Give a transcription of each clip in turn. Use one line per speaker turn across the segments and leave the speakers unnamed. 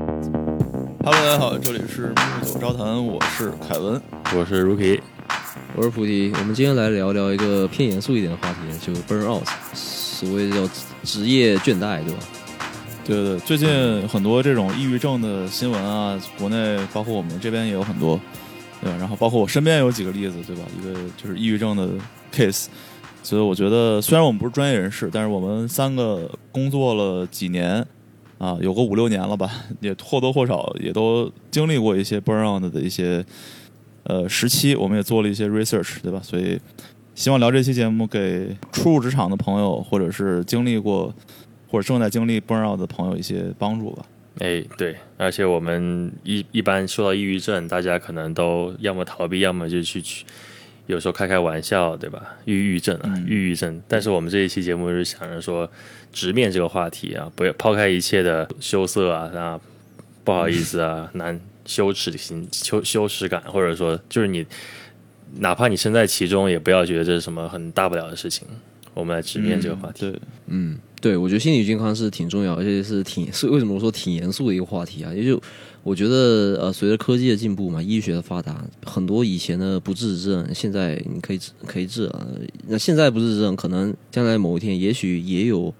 哈喽，大家好，这里是木九招谈，我是凯文。
我是 Rookie，
我是菩提，我们今天来聊聊一个偏严肃一点的话题，就是 burn out，所谓叫职业倦怠，对吧？
对对对，最近很多这种抑郁症的新闻啊，国内包括我们这边也有很多，对吧？然后包括我身边有几个例子，对吧？一个就是抑郁症的 case，所以我觉得虽然我们不是专业人士，但是我们三个工作了几年啊，有个五六年了吧，也或多或少也都经历过一些 burnout 的一些呃时期，我们也做了一些 research，对吧？所以希望聊这期节目给初入职场的朋友，或者是经历过。或者正在经历 burnout 的朋友一些帮助吧。
哎，对，而且我们一一般说到抑郁症，大家可能都要么逃避，要么就去去，有时候开开玩笑，对吧？抑郁症啊，抑郁症。但是我们这一期节目就是想着说，直面这个话题啊，不要抛开一切的羞涩啊，啊，不好意思 啊，难羞耻心、羞羞耻感，或者说就是你，哪怕你身在其中，也不要觉得这是什么很大不了的事情。我们来直面这个话题。
嗯对，
嗯，对，我觉得心理健康是挺重要，而且是挺是为什么我说挺严肃的一个话题啊？也就我觉得呃，随着科技的进步嘛，医学的发达，很多以前的不治之症，现在你可以治可以治啊。那现在不治之症，可能将来某一天也许也有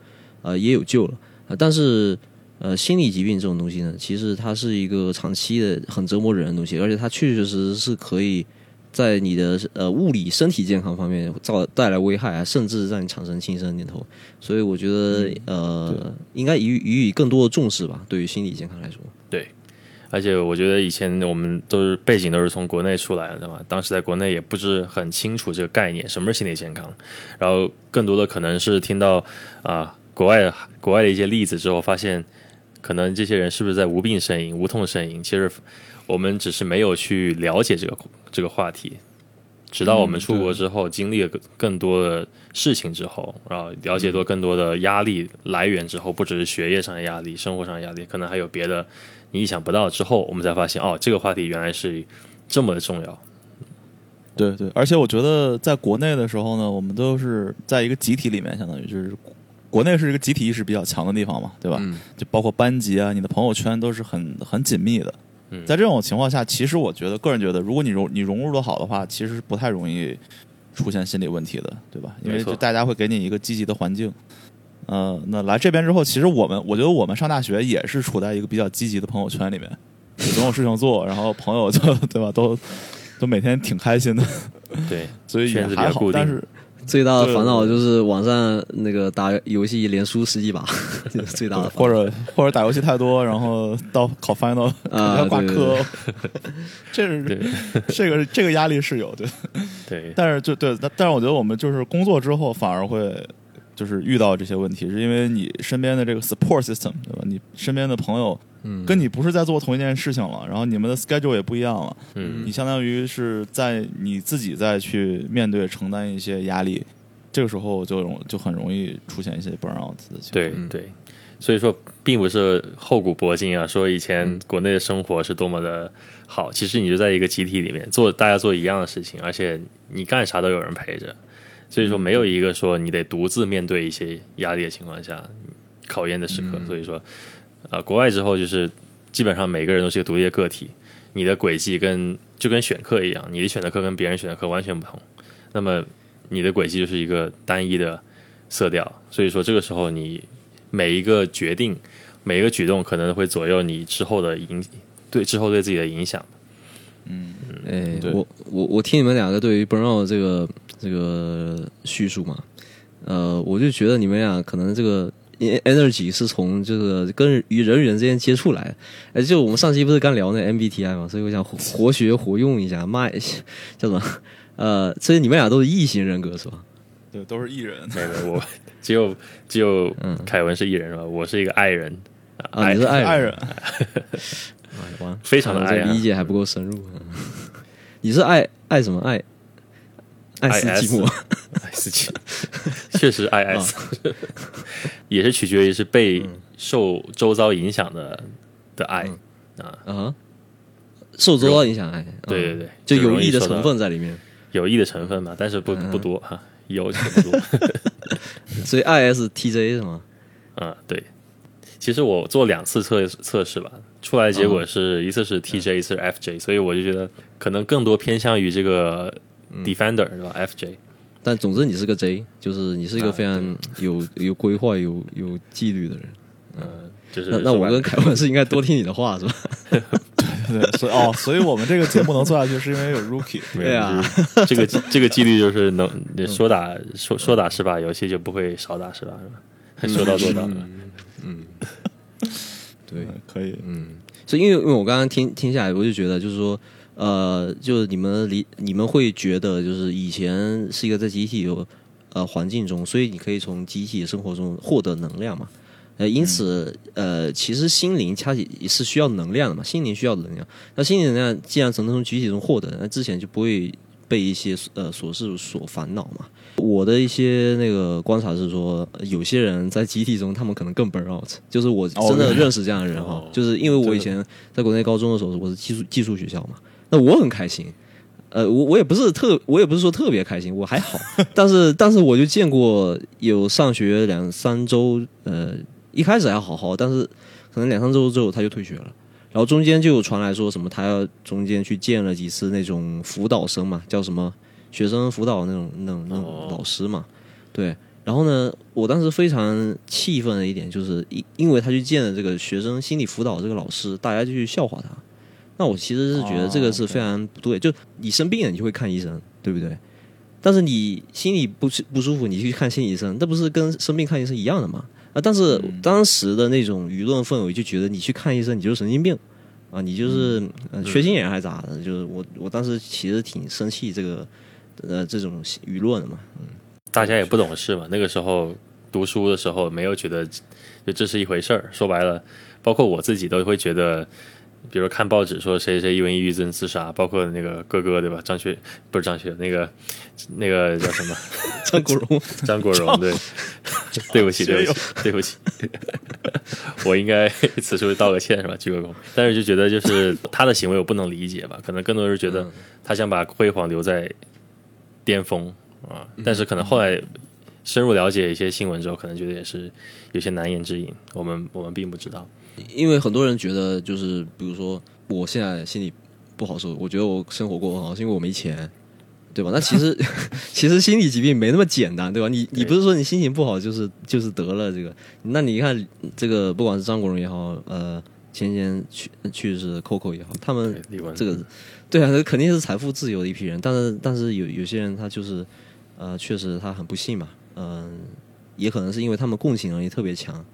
呃也有救了啊、但是。呃，心理疾病这种东西呢，其实它是一个长期的很折磨人的东西，而且它确确实实是可以在你的呃物理身体健康方面造带来危害啊，甚至让你产生轻生的念头。所以我觉得、
嗯
呃，应该予予以更多的重视吧，对于心理健康来说。
而且我觉得以前我们都是背景都是从国内出来的嘛，当时在国内也不是很清楚这个概念，什么是心理健康，然后更多的可能是听到啊、国外国外的一些例子之后，发现可能这些人是不是在无病呻吟、无痛呻吟？其实我们只是没有去了解这个这个话题，直到我们出国之后，经历了更更多的事情之后，然后了解多更多的压力来源之后，不只是学业上的压力、生活上的压力，可能还有别的你意想不到之后，我们才发现哦，这个话题原来是这么的重要。
对对，而且我觉得在国内的时候呢，我们都是在一个集体里面，相当于就是国内是一个集体意识比较强的地方嘛，对吧？
嗯
就包括班级啊，你的朋友圈都是很很紧密的。
嗯
在这种情况下，其实我觉得个人觉得，如果你融你融入的好的话，其实是不太容易出现心理问题的，对吧？因为
没错
就大家会给你一个积极的环境。呃，那来这边之后，其实我们我觉得我们上大学也是处在一个比较积极的朋友圈里面，就总有事情做，然后朋友就 对吧，都都每天挺开心的，
对，
所以也
圈子比较
还好
固。定
但是
最大的
对
烦恼就是网上那个打游戏连输十几把， 这是最大的烦恼
或者或者打游戏太多，然后到考 final
啊
要挂
对
科
对，
这
对
是这个这个压力是有对，
对，
但是就对，但但是我觉得我们就是工作之后反而会就是遇到这些问题，是因为你身边的这个 support system 对吧？你身边的朋友
嗯
跟你不是在做同一件事情了，然后你们的 schedule 也不一样了，
嗯
你相当于是在你自己再去面对承担一些压力，这个时候就容就很容易出现一些 burnout 的情况。
对
嗯
对，所以说并不是厚古薄今啊，说以前
嗯
国内的生活是多么的好，其实你就在一个集体里面做，大家做一样的事情，而且你干啥都有人陪着，所以说
嗯
没有一个说你得独自面对一些压力的情况下考验的时
嗯
刻，所以说呃，国外之后就是基本上每个人都是一个独立的个体，你的轨迹跟就跟选课一样，你的选的课跟别人选的课完全不同，那么你的轨迹就是一个单一的色调，所以说这个时候你每一个决定、每一个举动可能会左右你之后的影，对之后对自己的影响。
哎，
嗯对
我我我听你们两个对于 burnout 这个这个叙述嘛，呃，我就觉得你们俩可能这个 en- energy 是从这个跟与人与人之间接触来的。哎，就我们上期不是刚聊那 MBTI 嘛，所以我想活活学活用一下，卖 叫什么？呃，所以你们俩都是异型人格是吧？
对，都是艺人。
没有，我只有只有
嗯
凯文是艺人是吧？我是一个爱人，
啊，你是爱
爱
人，
人，
哎完了，
非常的
我
爱
这
啊
理解还不够深入。 嗯你是爱爱什么爱？爱斯寂寞。
爱斯基，确实爱 S，、也是取决于是被
嗯
受周遭影响的的爱。
啊，受周遭影响哎，嗯
对对对
就
就容
有
易
益的
受到
成分嗯在里面，
有益的成分嘛，但是不不多哈、有这个不多。
所以 ISTJ 是吗？
嗯，对。其实我做两次测测试吧，出来的结果是一次是
嗯
TJ，、一次是 FJ，所以我就觉得可能更多偏向于这个
嗯
defender 对吧？FJ
但总之你是个 J，就是你是一个非常有有规划、有有纪律的人。
就是
那那我跟
跟
凯文是应该多听你的话是吧？
对，所以哦，所以我们这个节目能做下去，是因为有 Rookie。
对啊，
这 个这个几率就是能
嗯
说打说说打十把游戏就不会少打十把
嗯
是吧？说到做到，
对，
嗯可以，
所以因为因为我刚刚听听下来，我就觉得就是说，呃，就是你们离你们会觉得就是以前是一个在集体有呃环境中，所以你可以从集体生活中获得能量嘛。呃，因此，呃，其实心灵它也也是需要能量的嘛，心灵需要能量。那心灵能量既然只能从集体中获得，那之前就不会被一些呃琐事所烦恼嘛。我的一些那个观察是说，呃有些人在集体中，他们可能更 burn out。就是我真的认识这样的人哈，
哦
就是因为我以前在国内高中的时候，我是寄宿寄宿学校嘛，那我很开心。呃，我我也不是特，我也不是说特别开心，我还好，但是但是我就见过有上学两三周，呃，一开始还好好，但是可能两三周之后他就退学了。然后中间就有传来说什么，他要中间去见了几次那种辅导生嘛，叫什么学生辅导那种那种那种
哦
老师嘛，对。然后呢，我当时非常气愤的一点就是，因因为他去见了这个学生心理辅导这个老师，大家就去笑话他。那我其实是觉得这个是非常不对，就你生病了你就会看医生，对不对？但是你心里不舒不舒服，你去看心理医生，那不是跟生病看医生一样的吗？啊，但是当时的那种舆论氛围就觉得你去看医生你就是神经病啊，你就是、呃、缺心眼还是咋的？就是我我当时其实挺生气这个呃这种舆论的嘛，
大家也不懂事嘛。那个时候读书的时候，没有觉得就这是一回事儿。说白了，包括我自己都会觉得，比如看报纸说谁谁因为抑郁症自杀，包括那个哥哥对吧？张学不是张学，那个那个叫什么
张国荣
张国荣 对，对不起对不
学
起对不起， 我应该此处道个歉是吧？鞠个躬。但是就觉得就是他的行为我不能理解吧，可能更多是觉得
嗯
他想把辉煌留在巅峰啊，但是可能后来深入了解一些新闻之后，可能觉得也是有些难言之隐，我们我们并不知道。
因为很多人觉得就是比如说我现在心里不好受，我觉得我生活过得很好，是因为我没钱。对吧？那其实 其实心理疾病没那么简单，对吧？你你不是说你心情不好就是就是得了这个？那你看这个，不管是张国荣也好，呃，前年去去世 Coco 也好，他们
对李玟
这个对啊，那肯定是财富自由的一批人，但是但是有有些人他就是呃，确实他很不幸嘛，嗯、也可能是因为他们共情能力特别强，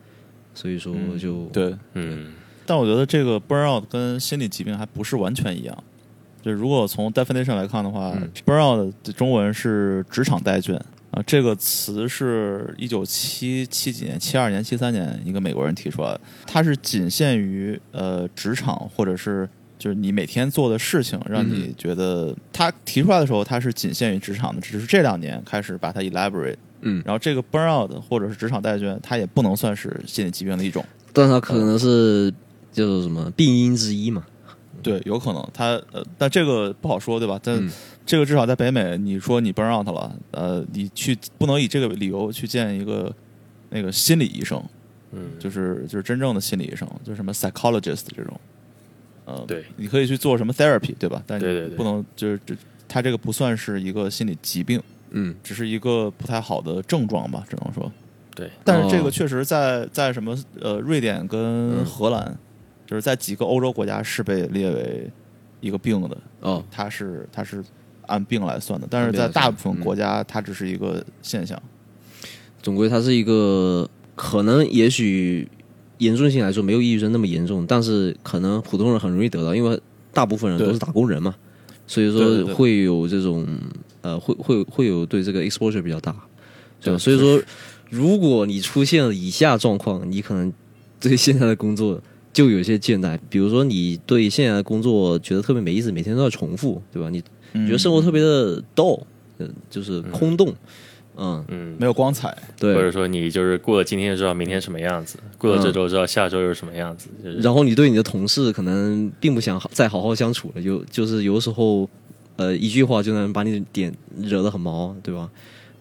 所以说就、
对。
嗯，
但我觉得这个 burnout 跟心理疾病还不是完全一样。就如果从 definition 来看的话、b u r n o u t 的中文是职场怠倦啊，这个词是一九七七几年、七二年、七三年一个美国人提出来的，它是仅限于呃职场或者是就是你每天做的事情，让你觉得他提出来的时候，它是仅限于职场的，只是这两年开始把它 elaborate。
嗯
然后这个 burnout 或者是职场怠倦，它也不能算是心理疾病的一种。
但他可能是叫做什么病因之一嘛，
对，有可能他呃，但这个不好说，对吧？但这个至少在北美，你说你 burn out 了，呃，你去不能以这个理由去见一个那个心理医生，
嗯，
就是就是真正的心理医生，就是什么 psychologist 这种，呃，
对
你可以去做什么 therapy，对吧？但
对对
你
对
不能就是这，他这个不算是一个心理疾病，
嗯，
只是一个不太好的症状吧，只能说。
对，
但是这个
哦
确实在在什么呃瑞典跟荷兰，就是在几个欧洲国家是被列为一个病的，
哦，
它是它是按病来算的，但是
按病来
在
算
大部分国家它只是一个现象。
总归它是一个可能也许严重性来说没有抑郁症那么严重，但是可能普通人很容易得到，因为大部分人
对
都是打工人嘛，所以
对对
说
对
会有这种呃会会会有对这个 exposure 比较大，对
对
吧？所以说，如果你出现了以下状况，你可能对现在的工作就有些倦怠，比如说你对现在的工作觉得特别没意思，每天都要重复，对吧？你
嗯
觉得生活特别的 dull，、嗯、就是空洞，嗯，
嗯，
没有光彩，
对，
或者说你就是过了今天知道明天什么样子，过了这周知道下周又是什么样子，就是
然后你对你的同事可能并不想好再好好相处了，有就是有时候，呃，一句话就能把你点惹得很毛，对吧？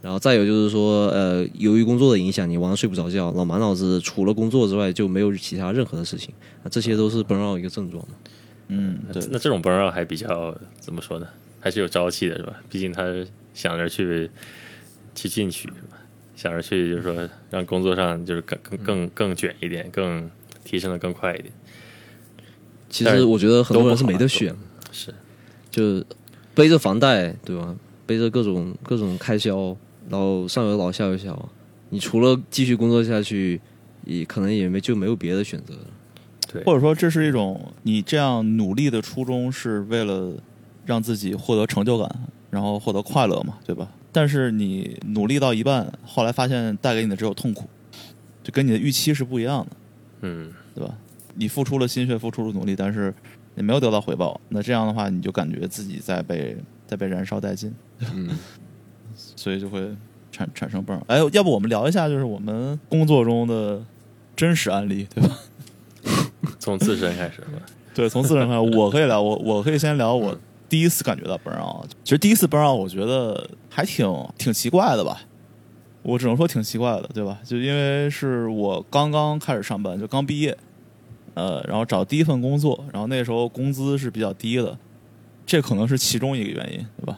然后再有就是说，呃，由于工作的影响，你晚上睡不着觉，老满脑子除了工作之外就没有其他任何的事情，啊，这些都是 burnout 一个症状嘛。
嗯，对，
那这种 burnout 还比较怎么说呢？还是有朝气的是吧？毕竟他想着去去进取是吧？想着去就是说让工作上就是更更
嗯
更更卷一点，更提升的更快一点。
其
但
实
是
我觉得很多人是没
都
得
不好
选，
是，
就背着房贷，对吧？背着各种各种开销，然后上有老下有小，你除了继续工作下去，也可能也没就没有别的选择了。
对，
或者说这是一种你这样努力的初衷是为了让自己获得成就感，然后获得快乐嘛，对吧？但是你努力到一半，后来发现带给你的只有痛苦，就跟你的预期是不一样的。
嗯，
对吧？你付出了心血，付出了努力，但是你没有得到回报，那这样的话，你就感觉自己在被在被燃烧殆尽，
嗯，
所以就会产产生 burn。哎，要不我们聊一下，就是我们工作中的真实案例，对吧？
从自身开始吧。
对，从自身看，我可以聊，我我可以先聊我第一次感觉到 burn out。其实第一次 burn out，我觉得还挺挺奇怪的吧。我只能说挺奇怪的，对吧？就因为是我刚刚开始上班，就刚毕业，呃，然后找第一份工作，然后那时候工资是比较低的，这可能是其中一个原因，对吧？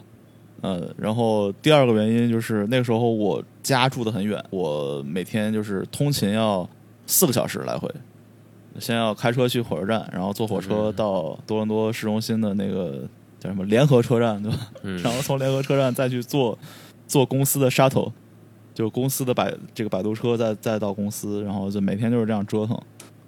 呃，然后第二个原因就是那个时候我家住的很远，我每天就是通勤要四个小时来回，先要开车去火车站，然后坐火车到多伦多市中心的那个 叫什么联合车站，对吧？
嗯
然后从联合车站再去坐坐公司的 shuttle，就公司的摆这个摆渡车再再到公司，然后就每天就是这样折腾，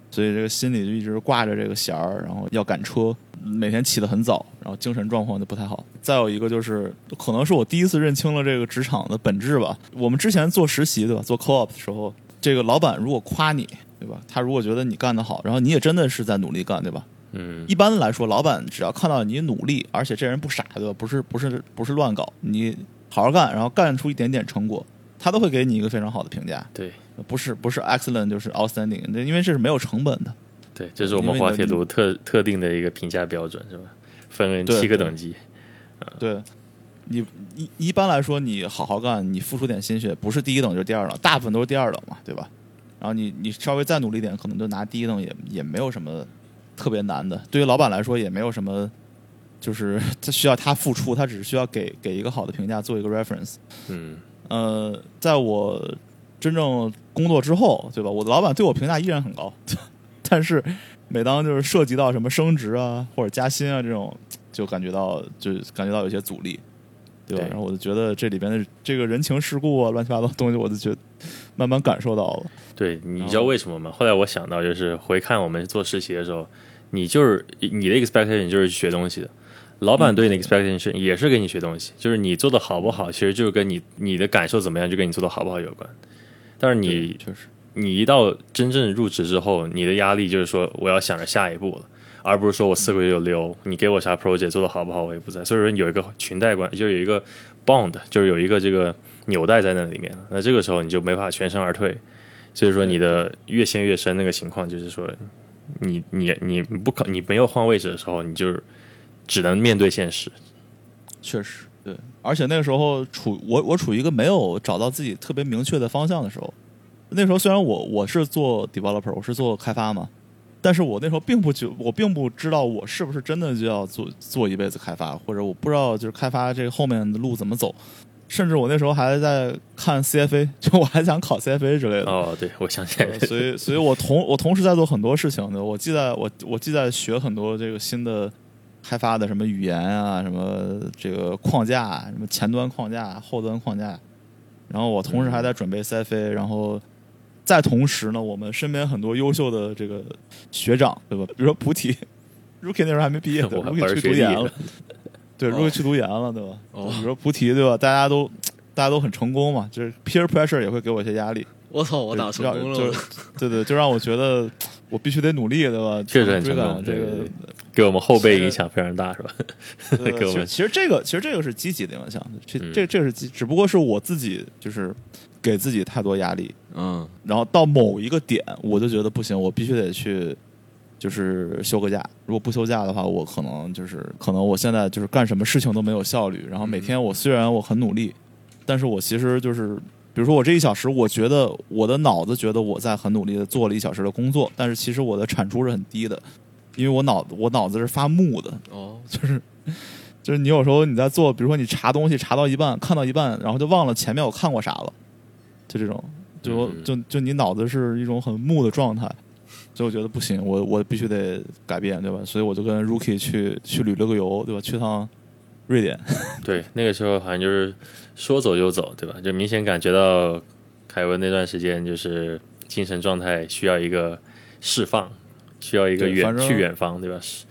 所以这个心里就一直挂着这个弦儿，然后要赶车，每天起得很早，然后精神状况就不太好。再有一个就是，可能是我第一次认清了这个职场的本质吧。我们之前做实习对吧，做 co-op 的时候，这个老板如果夸你。对吧？他如果觉得你干得好，然后你也真的是在努力干，对吧？
嗯
一般来说，老板只要看到你努力，而且这人不傻，对吧？不是不是不是乱搞，你好好干，然后干出一点点成果，他都会给你一个非常好的评价。
对
不是不是 excellent 就是 outstanding，那因为这是没有成本的。
对，这是我们
因为
滑
你的
铁卢特特定的一个评价标准是吧？分为
对
七个等级。
对，你一一般来说，你好好干，你付出点心血，不是第一等就是第二等，大部分都是第二等嘛，对吧？然后你你稍微再努力点，可能就拿第一等也也没有什么特别难的。对于老板来说，也没有什么，就是 他需要他付出，他只是需要给给一个好的评价，做一个 reference。
嗯
呃，在我真正工作之后，对吧？我的老板对我评价依然很高， 但是每当就是涉及到什么升职啊或者加薪啊这种，就感觉到就感觉到有些阻力，对吧？
对
然后我就觉得这里边的这个人情世故啊、乱七八糟的东西，我就觉得慢慢感受到了。
对，你
然
知道
后
为什么吗？后来我想到，就是回看我们做实习的时候，你就是你的 expectation 就是去学东西的，老
嗯
板对你的 expectation 也是给你学东西，就是你做的好不好，其实就是跟你你的感受怎么样，就跟你做的好不好有关。但是你
确实，
你一到真正入职之后，你的压力就是说我要想着下一步了，而不是说我四个月就溜，你给我啥 project 做的好不好我也不在。所以说有一个裙带关，就有一个 bond，就是有一个这个纽带在那里面。那这个时候你就没法全身而退，所以说你的越陷越深那个情况，就是说你你你不可你没有换位置的时候，你就是只能面对现实。
确实，对。而且那个时候处我我处于一个没有找到自己特别明确的方向的时候。那时候虽然我我是做 developer，我是做开发嘛，但是我那时候并不觉，我并不知道我是不是真的就要做做一辈子开发，或者我不知道就是开发这个后面的路怎么走。甚至我那时候还在看 CFA，就我还想考 CFA 之类的。
哦，对，我想起来了，
所以，所以我同我同时在做很多事情的。我记得我我记得学很多这个新的开发的什么语言啊，什么这个框架啊，什么前端框架、啊后端框架。然后我同时还在准备 CFA，、然后再同时呢，我们身边很多优秀的这个学长，对吧？比如说菩提，Rookie 那时候还没 毕业对
我还
吧，Rookie
玩
去
学
读
历
研
呢
了，对
哦
，Rookie 去读研了，对吧？
哦
比如说菩提，对吧？大家都大家都很成功嘛，就是 peer pressure 也会给我一些压力。
我操，我
对
打成
让
功
就
了
是！对对，就让我觉得我必须得努力，对吧？
确实很
追
成
赶
功，
这
对
个
给我们后辈影响非常大，是吧？
对
给我
其实
们
其实这个其实这个是积极的影响，这
嗯
这这是积，只不过是我自己就是给自己太多压力，
嗯，
然后到某一个点，我就觉得不行，我必须得去。就是休个假，如果不休假的话，我可能就是可能我现在就是干什么事情都没有效率。然后每天我虽然我很努力，但是我其实就是，比如说我这一小时，我觉得我的脑子觉得我在很努力的做了一小时的工作，但是其实我的产出是很低的，因为我脑我脑子是发木的，
哦，
就是就是你有时候你在做，比如说你查东西查到一半，看到一半，然后就忘了前面我看过啥了，就这种，就
嗯
就就你脑子是一种很木的状态，所以我觉得不行，我我必须得改变，对吧？所以我就跟 Rookie 去去旅了个游，对吧？去趟瑞典，
对，那个时候好像就是说走就走，对吧？就明显感觉到凯文那段时间就是精神状态需要一个释放，需要一个
对反
远
正
去远方，对吧？诗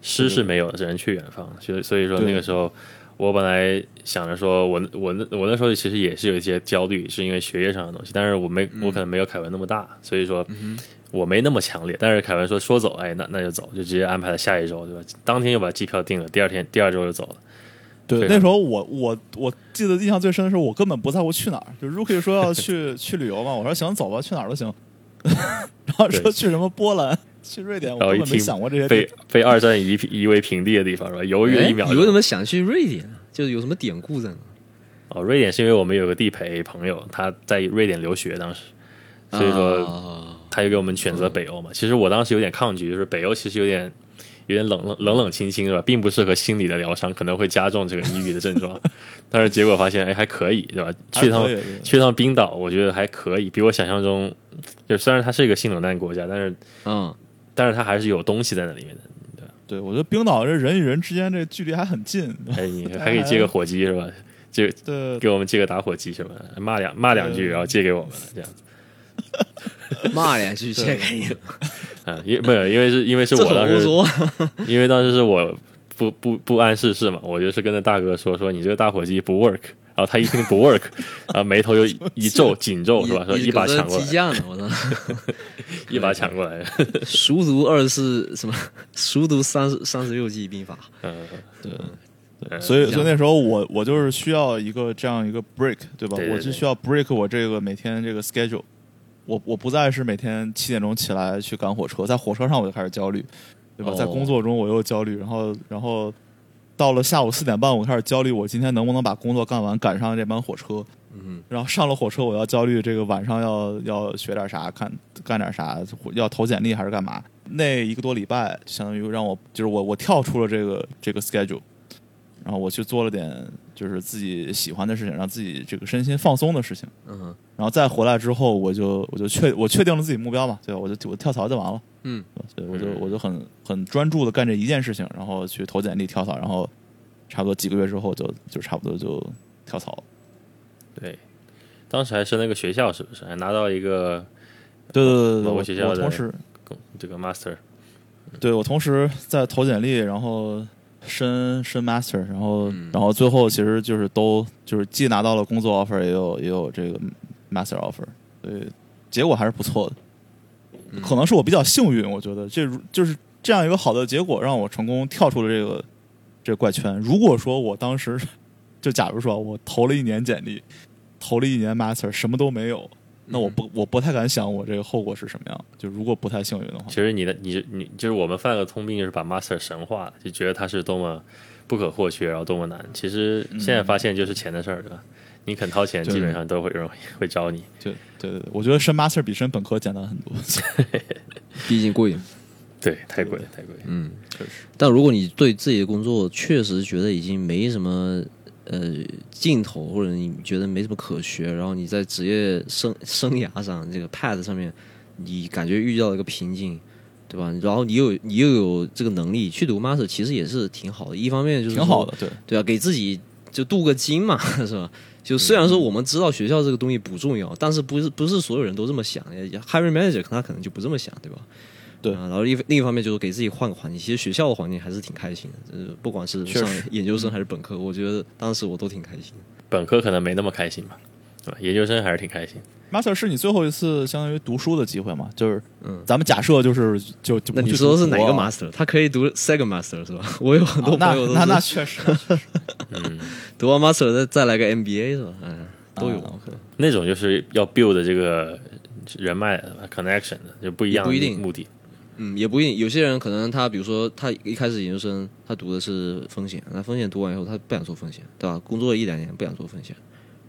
诗是没有的，只能去远方。所以所以说
对
那个时候，我本来想着说我我那我那时候其实也是有一些焦虑，是因为学业上的东西，但是我没
嗯
我可能没有凯文那么大，所以说。我没那么强烈，但是凯文说说走，哎，那那就走，就直接安排了下一周，对吧？当天就把机票订了，第二天第二周就走了。
对，
对
那时候我我我记得印象最深的是，我根本不在乎去哪儿。就 Rookie 说 要去去旅游嘛，我说行，走吧，去哪儿都行。然后说
对
去什么波兰、去瑞典，我
然后
根
一
本没
听
想过这些地
被被二战夷夷为平地的地方是吧？犹豫了一秒
哎
钟。
你为什么想去瑞典？啊就是有什么典故在呢？
哦，瑞典是因为我们有个地陪朋友，他在瑞典留学，当时，所以说
啊
他就给我们选择北欧嘛。其实我当时有点抗拒，就是北欧其实有点有点冷冷冷冷清清是吧？并不适合心理的疗伤，可能会加重这个抑郁的症状。 但是结果发现，哎，还可以，对吧？
还可
去
以
趟
对
去趟冰岛，我觉得还可以，比我想象中，就虽然它是一个性冷淡国家，但是
啊，
但是它还是有东西在那里面的。
对，我觉得冰岛这人与人之间这距离还很 近。
哎，你还可以借个火机是吧？借
对，
给我们借个打火机什么的，骂两骂两句，
嗯
然后借给我们这样子。
骂两句先给 你，
啊，因没有，因为是因为是
这
我当
很
时
胡，说。啊
因为当时是我不不不谙世事嘛，我就是跟着大哥说说你这个打火机不 work，然后他一听不 work，然后眉头就一皱紧皱 是吧？说
你
一把抢过
你搁这激
来，
将呢，我操！
一把抢过来，
熟读二十什么？熟读三十三十六计兵法。
嗯，对
所以所以
样
那时候我我就是需要一个这样一个 break，对吧？
对对
我就需要 break 我这个每天这个 schedule。我我不再是每天七点钟起来去赶火车，在火车上我就开始焦虑，对吧？
哦
在工作中我又焦虑，然后然后到了下午四点半，我开始焦虑，我今天能不能把工作干完，赶上这班火车？
嗯，
然后上了火车，我要焦虑这个晚上要要学点啥，看干点啥，要投简历还是干嘛？那一个多礼拜，就相当于让我就是我我跳出了这个这个 schedule，然后我去做了点就是自己喜欢的事情，让自己这个身心放松的事情。
嗯
然后再回来之后，我就我就确我确定了自己目标嘛，对吧？我就我跳槽就完了，
嗯，
对，我就我就很很专注的干这一件事情，然后去投简历跳槽，然后差不多几个月之后就就差不多就跳槽了。
对，当时还是那个学校是不是还拿到一个
对对对
某
对
个学
对，
校
我我
的
同时
这个 master？
对我同时在投简历，然后申申 master，然后、然后最后其实就是都就是既拿到了工作 offer，也有也有这个 master offer，所以结果还是不错的。可能是我比较幸运，我觉得这如就是这样一个好的结果，让我成功跳出了这个这个怪圈。如果说我当时就假如说我投了一年简历，投了一年 master，什么都没有，那我不我不太敢想我这个后果是什么样。就如果不太幸运的话，
其实你的你你就是我们犯了个通病，就是把 master 神化了，就觉得它是多么不可或缺，然后多么难。其实
嗯
现在发现就是钱的事儿，对吧？你肯掏钱，
对
基本上都会有人会招你。
对对对，对我觉得升 master 比升本科简单很多，
毕竟贵。
对，太贵了，太贵了。
嗯，
确实。
但如果你对自己的工作确实觉得已经没什么呃尽头，或者你觉得没什么可学，然后你在职业生生涯上这个 pad 上面，你感觉遇到了一个瓶颈，对吧？然后你有你又有这个能力去读 master，其实也是挺好的。一方面就是
挺好
的。
的，对
对啊，给自己就镀个金嘛， 是吧？就虽然说我们知道学校这个东西不重要，但是不是不是所有人都这么想也也？Hiring manager 他可能就不这么想，对吧？
对
啊，然后另另一方面就是给自己换个环境，其实学校的环境还是挺开心的，就是不管是
确
上
实
研究生还是本嗯科，我觉得当时我都挺开心的。
本科可能没那么开心吧，对吧？研究生还是挺开心。
，master 是你最后一次相当于读书的机会嘛？就是，
嗯
咱们假设就是就就
那你
不去
说的是哦
读
哪
啊
个 master？他可以读 second master 是吧？ 我有很多
啊那
朋友都
那那
是
确实
读完 master 再再来个 MBA 是吧？嗯， 都有。
啊，OK
那种就是要 build 这个人脉对吧 connection 的，就不一样
也不一定
的目的。
嗯，也不一定。有些人可能他，比如说他一开始研究生，他读的是风险，那风险读完以后，他不想做风险，对吧？工作一两年不想做风险，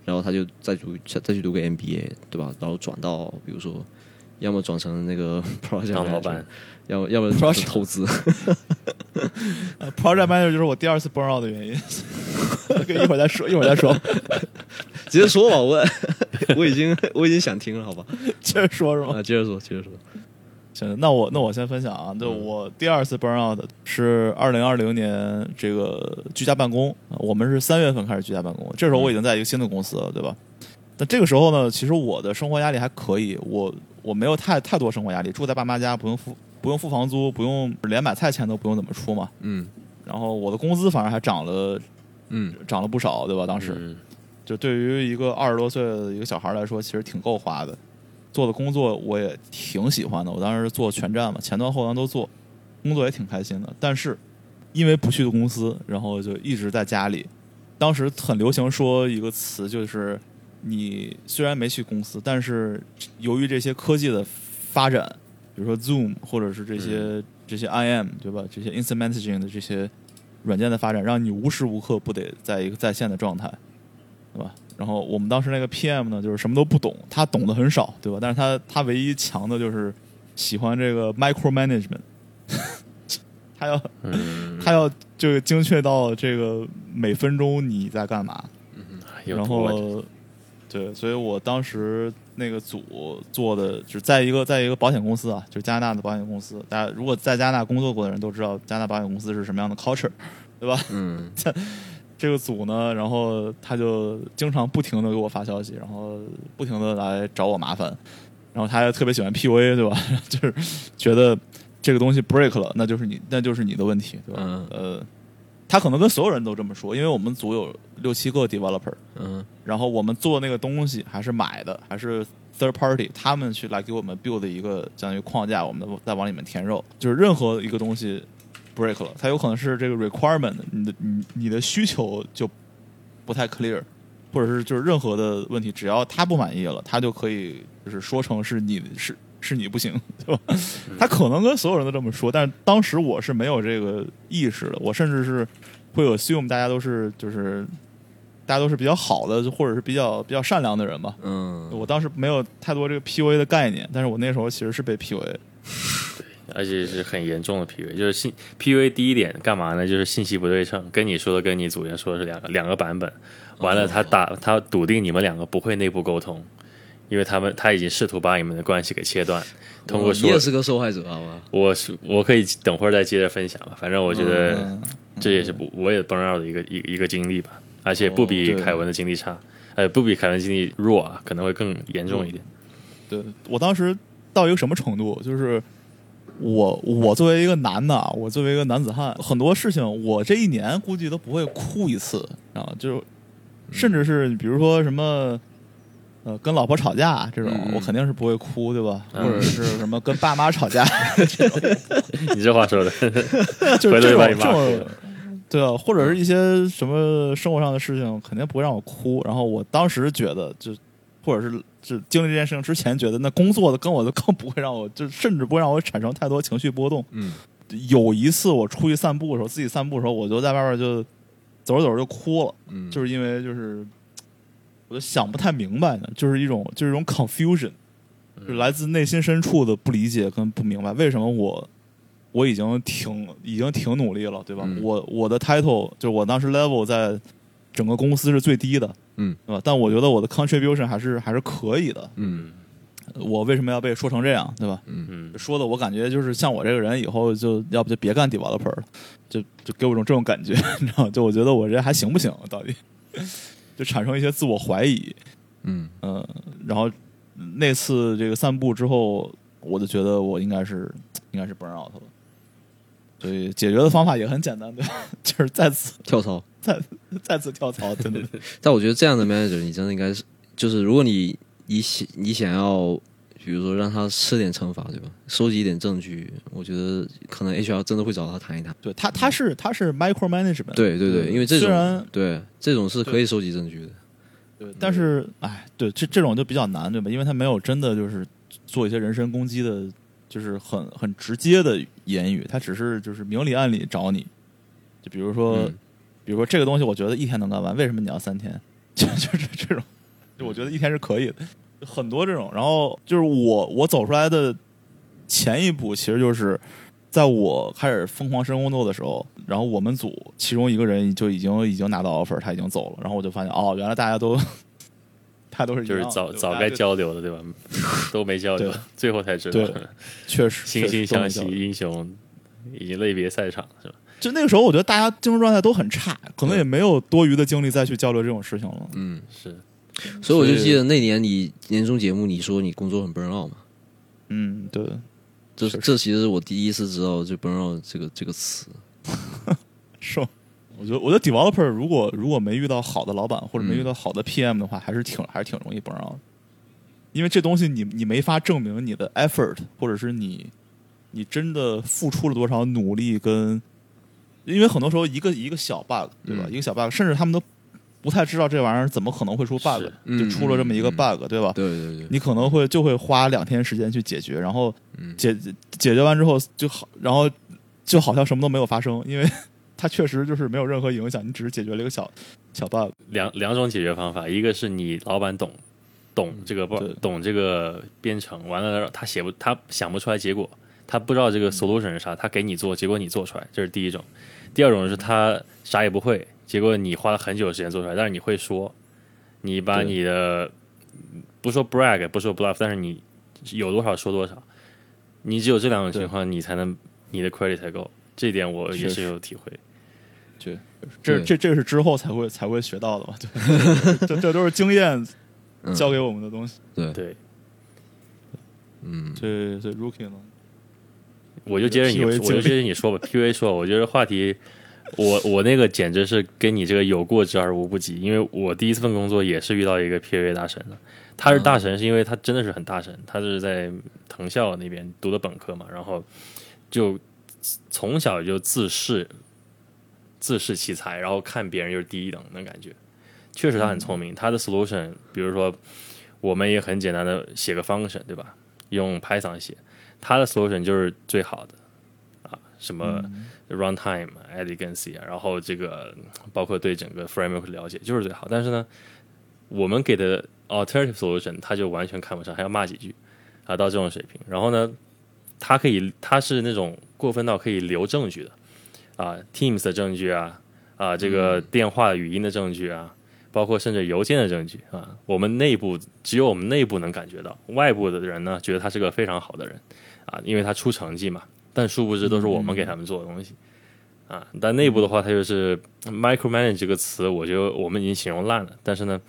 然后他就再读再去读个 MBA，对吧？然后转到比如说，要么转成那个 project
当老
manager
板，
要么要么
Project
投资，
呃 project manager 就是我第二次 burn out 的原因。 可以一会儿再说，一会儿再说，
直接说吧，我 我已经我已经想听了，好吧？
接着说是吗？
啊，接着说，接着说，
行，那我那我先分享啊，就我第二次 burn out 是二零二零年这个居家办公，啊我们是三月份开始居家办公，这时候我已经在一个新的公司了，对吧？但这个时候呢，其实我的生活压力还可以，我我没有太太多生活压力，住在爸妈家，不用付不用付房租，不用连买菜钱都不用怎么出嘛。
嗯
然后我的工资反而还涨了
嗯
涨了不少，对吧？当时、
嗯
就对于一个二十多岁的一个小孩来说，其实挺够花的。做的工作我也挺喜欢的，我当时做全站嘛，前端后端都做，工作也挺开心的。但是因为不去公司，然后就一直在家里。当时很流行说一个词，就是你虽然没去公司，但是由于这些科技的发展，比如说 Zoom 或者是这些、这些 IM 对吧，这些 Instant Messaging 的这些软件的发展，让你无时无刻不得在一个在线的状态，对吧？然后我们当时那个 PM 呢，就是什么都不懂，他懂得很少，对吧？但是他他唯一强的就是喜欢这个 micro management，他要
嗯，
他要这个精确到这个每分钟你在干嘛，
有
然
多了
后对，所以我当时那个组做的，就是在一个在一个保险公司啊，就是加拿大的保险公司。大家如果在加拿大工作过的人都知道，加拿大保险公司是什么样的 culture，对吧？
嗯
这个组呢，然后他就经常不停的给我发消息，然后不停的来找我麻烦，然后他也特别喜欢 PUA，对吧？ 就是觉得这个东西 break 了，那就是你那就是你的问题，对吧？
嗯
呃，他可能跟所有人都这么说，因为我们组有六七个 developer，
嗯
然后我们做那个东西还是买的，还是 third party，他们去来给我们 build 一个相当于框架，我们再往里面填肉。就是任何一个东西 break 了，它有可能是这个 requirement，你的你你的需求就不太 clear，或者是就是任何的问题，只要他不满意了，他就可以就是说成是你是是你不行， 对吧？他可能跟所有人都这么说，但是当时我是没有这个意识的，我甚至是会 assume 大家都是就是大家都是比较好的，或者是比较比较善良的人吧。
嗯，
我当时没有太多这个 PUA 的概念，但是我那时候其实是被 PUA。
而且是很严重的 PUA，就是信 PUA 第一点干嘛呢？就是信息不对称，跟你说的跟你组员说的是两个两个版本。完
哦
了，他打他笃定你们两个不会内部沟通，因为他们他已经试图把你们的关系给切断，通
哦
过
我
说
你也是个受害者，好吧？
我是我可以等会儿再接着分享吧，反正我觉得
嗯
这也是不我也 burn out 的一个一个一个经历吧，而且不比
哦对
凯文的经历差，呃，不比凯文经历弱啊，可能会更严重一点。
对我当时到一个什么程度，就是我我作为一个男的，啊，我作为一个男子汉，很多事情我这一年估计都不会哭一次啊，就甚至是比如说什么。呃，跟老婆吵架这种，
嗯
我肯定是不会哭，对吧？
嗯
或者是什么跟爸妈吵架，嗯
你这话 说的，
就是这
回头就
种
把你
这
骂哭
种
了，
对啊，或者是一些什么生活上的事情，肯定不会让我哭。然后我当时觉得就，或者是就经历这件事情之前，觉得那工作的跟我的 更不会让我，就甚至不会让我产生太多情绪波动。
嗯
有一次我出去散步的时候，自己散步的时候，我就在外边就走着走着就哭了，
嗯，
就是因为就是我就想不太明白呢，就是一种就是一种 confusion，就是
嗯
来自内心深处的不理解跟不明白，为什么我我已经挺已经挺努力了，对吧？
嗯
我我的 title 就是我当时 level 在整个公司是最低的，
嗯，
对吧？但我觉得我的 contribution 还是还是可以的，
嗯
我为什么要被说成这样，对吧？
嗯，
说的我感觉就是像我这个人以后就要不就别干 developer 了，就就给我一种这种感觉， 你知道吗？就我觉得我这还行不行？到底 就产生一些自我怀疑，
嗯
嗯，然后那次这个散步之后，我就觉得我应该是应该是 burn out 了，所以解决的 方法也很简单，对吧？就是再次
跳槽。
再再次跳槽，真 的，
但我觉得这样的 manager，你真的应该是，就是如果你你想你想要，比如说让他吃点惩罚，对吧？收集一点证据，我觉得可能 HR 真的会找他谈一嗯谈。
对他他是他是 micro management，
对对对，因为这
虽然
种对这种是可以收集证据的。
对，但是哎，对，这这种就比较难，对吧？因为他没有真的就是做一些人身攻击的，就是很很直接的言语，他只是就是明里暗里找你。就比如说，
嗯
比如说这个东西，我觉得一天能干完，为什么你要三天？就就是这种，就我觉得一天是可以的，很多这种。然后就是我我走出来的前一步，其实就是在我开始疯狂深工作的时候，然后我们组其中一个人就已经已经拿到 offer，他已经走了，然后我就发现哦，原来大家都大家都是一
就是
样的
早
对吧
早
大
该
家就
交流的，对吧？ 都没交流
对，
最后才知道
对，确实
惺惺相惜，
确实都没交流
英雄已经类别赛场是吧？
就那个时候，我觉得大家精神状态都很差，可能
对
也没有多余的精力再去交流这种事情了。
嗯，
是
所以我就记得那年你年终节目你说你工作很 burn out 嘛，
嗯，对，
这
是
这其实是我第一次知道就 burn out 这个这个词，
是吗。我觉得，我觉得 developer 如果如果没遇到好的老板或者没遇到好
嗯
的 PM 的话，还是挺还是挺容易 burn out 的，因为这东西你你没法证明你的 effort 或者是你你真的付出了多少努力跟，因为很多时候一个一个小 bug 对吧，
嗯
一个小 bug，甚至他们都不太知道这玩意儿怎么可能会出 bug，
是
嗯
就出了这么一个
嗯嗯
bug 对吧？
对对对，
你可能会就会花两天时间去解决，然后
嗯
解解决完之后就好，然后就好像什么都没有发生，因为 它确实就是没有任何影响，你只是解决了一个小小 bug。
两两种解决方法，一个是你老板懂懂这个
嗯对
懂这个编程，完了他写不他想不出来结果，他不知道
嗯
这个 solution 是啥，他给你做，结果你做出来，这是第一种。第二种是他啥也不会，结果你花了很久的时间做出来，但是你会说，你把
对
你的不说 brag 不说 bluff，但是你有多少说多少，你只有这两种情况，你才能你的 credit 才够。这一点我也
确实
是有体会。
对，这
对
这这是之后才会才会学到的嘛？对， 这这都是经验
嗯
教给我们的东西。
对，
对，
嗯，
这这 rookie 呢？
我就接着你，
PUA
我
经
就
历
接着你说吧。P V 说，我觉得话题，我我那个简直是跟你这个有过之而无不及，因为我第一次份工作也是遇到一个 P V 大神的，他是大神是因为他真的是很大神，他是在藤校那边读的本科嘛，然后就从小就自恃自恃其才，然后看别人就是第一等的感觉。确实他很聪明，他的 solution，比如说我们也很简单的写个 function，对吧？用 Python 写，他的 solution 就是最好的啊，什么 runtime、elegancy，啊然后这个包括对整个 framework 的了解就是最好。但是呢，我们给的 alternative solution 他就完全看不上，还要骂几句啊，到这种水平。然后呢，他可以他是那种过分到可以留证据的啊，Teams 的证据啊啊，这个电话语音的证据啊。包括甚至邮件的证据啊，我们内部只有我们内部能感觉到，外部的人呢觉得他是个非常好的人啊，因为他出成绩嘛。但殊不知都是我们给他们做的东西、啊。但内部的话，它就是 micromanage 这个词，我觉得我们已经形容烂了。但是呢，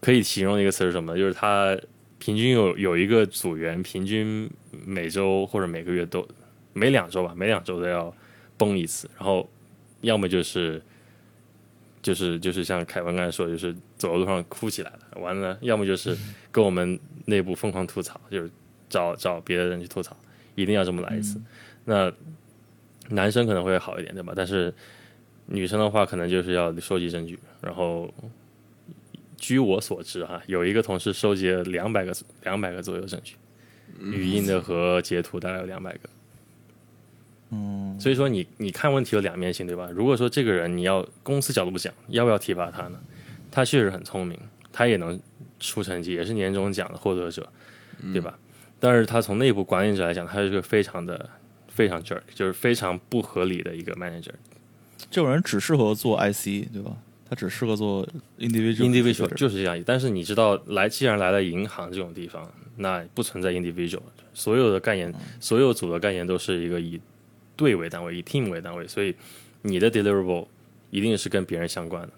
可以形容的一个词是什么呢？就是他平均有有一个组员平均每周或者每个月都每两周吧，每两周都要崩一次，然后要么就是。就是就是像凯文刚才说，就是走在路上哭起来了，完了，要么就是跟我们内部疯狂吐槽，就是找找别的人去吐槽，一定要这么来一次。那男生可能会好一点，对吧？但是女生的话，可能就是要收集证据。然后，据我所知哈，有一个同事收集了两百个两百个左右证据，语音的和截图大概有两百个。
嗯，
所以说你你看问题有两面性，对吧？如果说这个人你要公司角度不讲，要不要提拔他呢？他确实很聪明，他也能出成绩，也是年终奖的获得者，对吧？但是他从内部管理者来讲，他是个非常的非常 jerk，就是非常不合理的一个 manager。
这种人只适合做 IC 对吧？他只适合做 individual
individual 就是这样，但是你知道来，既然来了银行这种地方，那不存在 individual，所有的概念，所有组的概念都是一个以队为单位，以 team 为单位，所以你的 deliverable 一定是跟别人相关的。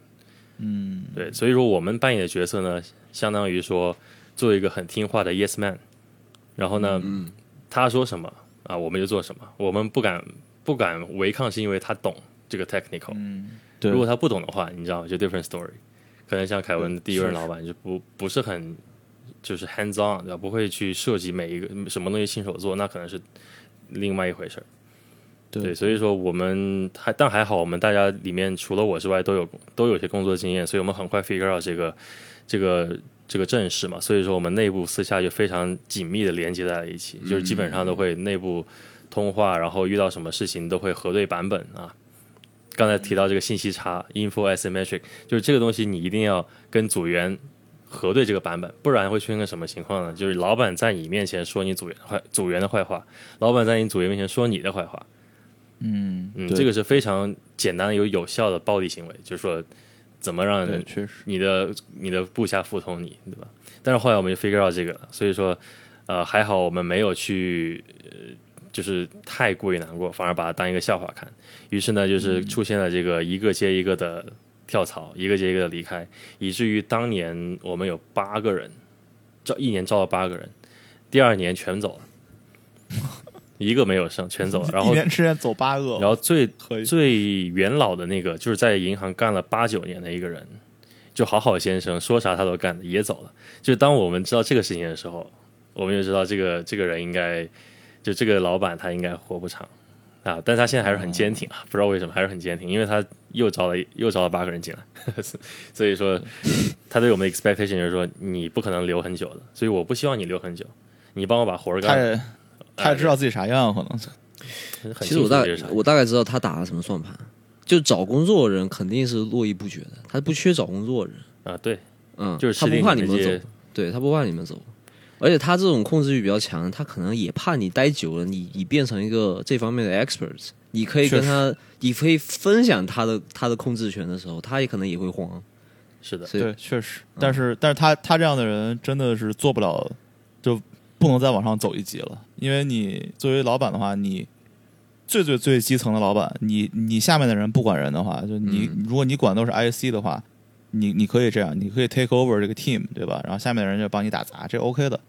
嗯，
对，所以说我们扮演的角色呢，相当于说做一个很听话的 yes man，然后呢，他说什么啊，我们就做什么，我们不敢不敢违抗，是因为他懂这个 technical，、
对
如果他不懂的话，你知道吗？就 different story。可能像凯文第一任老板就不不是很就是 hands on，对吧？不会去设计每一个什么东西亲手做，那可能是另外一回事儿。
对
对，所以说我们还但还好，我们大家里面除了我之外都有都有一些工作经验，所以我们很快 figure out 这个这个这个阵势嘛。所以说我们内部私下就非常紧密的连接在了一起，就是基本上都会内部通话，然后遇到什么事情都会核对版本啊。刚才提到这个信息差 （info asymmetric），就是这个东西你一定要跟组员核对这个版本，不然会出现个什么情况呢？就是老板在你面前说你组员的坏组员的坏话，老板在你组员面前说你的坏话，
嗯
嗯，
对
这个是非常简单又有效的暴力行为，就是说怎么让
对
人
确实，
你的你的部下服从你，对吧？但是后来我们就 figure out 这个了，所以说，呃，还好我们没有去，呃，就是太过于难过，反而把它当一个笑话看。于是呢，就是出现了这个一个接一个的跳槽，一个接一个的离开，以至于当年我们有八个人，招一年招了八个人，第二年全走了，一个没有剩，全走了。然
一
后，
年之间走八个，
然后最
哦可以
最元老的那个，就是在银行干了八九年的一个人，就好好先生，说啥他都干，也走了。就是当我们知道这个事情的时候，我们就知道这个这个人应该，就这个老板他应该活不长啊。但他现在还是很坚挺啊，不知道为什么还是很坚挺，因为他又招了又招了八个人进来， 所以说他对我们的 expectation 就是说你不可能留很久的，所以我不希望你留很久，你帮我把活儿
他
干。
也他也知道自己啥样，可能
很
其实我大
很清楚这是啥
我大概知道他打了什么算盘，就找工作的人肯定是络绎不绝的，他不缺找工作的人，
啊，对，
嗯，
就是
他
吃定
不怕
你
你
那
们
些
走，对他不怕你们走，而且他这种控制欲比较强，他可能也怕你待久了，你你变成一个这方面的 expert，你可以
确
跟他，你可以分享他的他的控制权的时候，他也可能也会慌，
是的。
所以
对，确实，嗯但是但是他他这样的人真的是做不了，就不能再往上走一级了，因为你作为老板的话，你最最最基层的老板，你你下面的人不管人的话，就你、如果你管都是 IC 的话，你你可以这样，你可以 take over 这个 team，对吧？然后下面的人就帮你打杂，这 OK 的。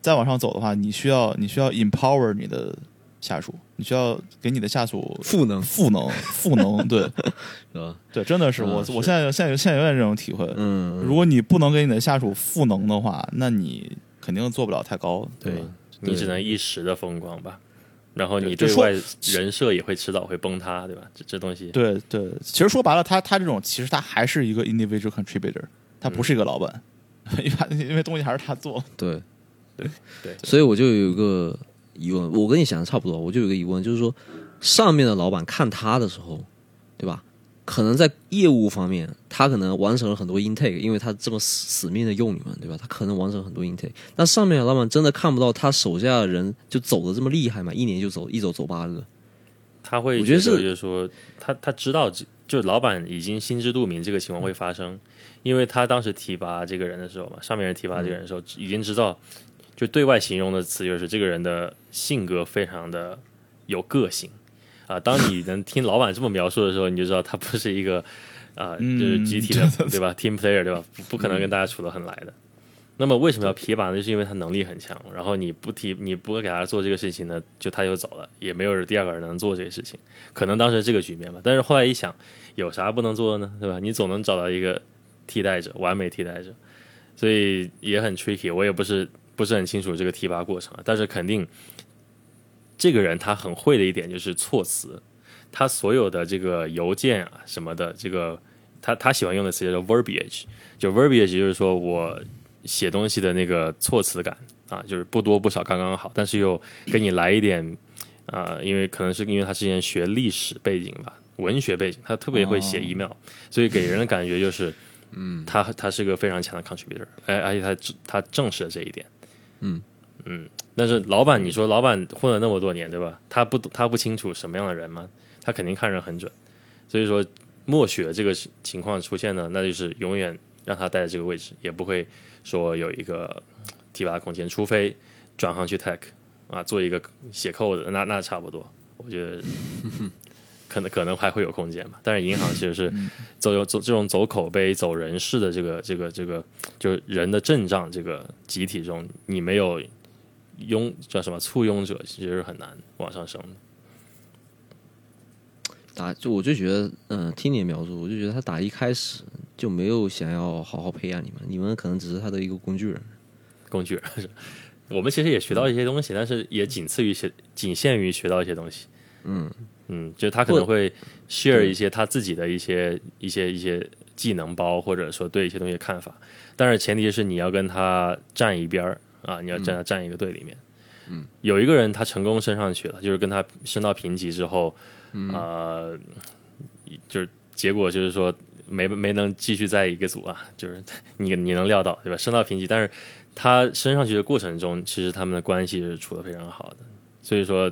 再往上走的话，你需要你需要 empower 你的下属，你需要给你的下属
赋能
赋能赋能，对
是吧？
对，真的是我、
嗯是
我现在现在现在有点这种体会，
嗯，
如果你不能给你的下属赋能的话，那你肯定做不了太高，
对
吧？
你只能一时的风光吧。然后
对
你
就
对
说
外人设也会迟早会崩塌，对吧？这这东西，
对对，其实说白了，他他这种其实他还是一个 individual contributor，他不是一个老板， 因为他因为东西还是他做。
对，
对对
所以我就有一个疑问，我跟你想的差不多，我就有一个疑问，就是说上面的老板看他的时候，对吧？可能在业务方面，他可能完成了很多 intake，因为他这么死死命的用你们，对吧？他可能完成了很多 intake，但上面的老板真的看不到他手下的人就走的这么厉害嘛？一年就走一走走八个，
他会
我觉得是
就是说，他他知道这，就老板已经心知肚明这个情况会发生，因为他当时提拔这个人的时候嘛，上面人提拔这个人的时候，已经知道，就对外形容的词就是这个人的性格非常的有个性啊、当你能听老板这么描述的时候，你就知道他不是一个啊、
嗯
就是集体的、对吧？team player 对吧？不不可能跟大家处得很来的。那么为什么要提拔呢？就是因为他能力很强，然后你不提，你不给他做这个事情呢，就他就走了，也没有第二个人能做这个事情。可能当时这个局面吧，但是后来一想，有啥不能做的呢？对吧？你总能找到一个替代者，完美替代者，所以也很 tricky。我也不是不是很清楚这个提拔过程啊，但是肯定这个人他很会的一点就是措辞，他所有的这个邮件啊什么的，这个他他喜欢用的词叫 verbiage，就 verbiage 就是说我写东西的那个措辞感啊，就是不多不少，刚刚好，但是又给你来一点，呃，因为可能是因为他之前学历史背景吧，文学背景，他特别会写
哦
email，、所以给人的感觉就是，嗯，他他是个非常强的 contributor，哎，而且他他正视了这一点，
嗯
嗯，但是老板，你说老板混了那么多年，对吧？他不他不清楚什么样的人吗？他肯定看人很准，所以说默许了这个情况出现呢，那就是永远让他待在这个位置，也不会说有一个嗯提拔的空间，除非转行去 tech 啊，做一个写 code，的那那差不多，我觉得可能可能还会有空间吧。但是银行其实是走走这种走口碑、走人事的这个这个这个，就是人的阵仗这个集体中，你没有拥叫什么簇拥者，其实是很难往上升的。
打啊就我就觉得，嗯、听你的描述，我就觉得他打一开始就没有想要好好培养你们，你们可能只是他的一个工具人。
工具人。 是我们其实也学到一些东西，但是也仅次于学，仅限于学到一些东西。嗯嗯，就是他可能会 share 一些他自己的一些一些一些技能包，或者说对一些东西的看法。但是前提是你要跟他站一边儿啊，你要站站一个队里面。嗯，有一个人他成功升上去了，就是跟他嗯啊升到平级之后，呃，就是结果就是说没没能继续在一个组啊，就是你你能料到对吧？升到评级，但是他升上去的过程中，其实他们的关系是处的非常好的。所以说，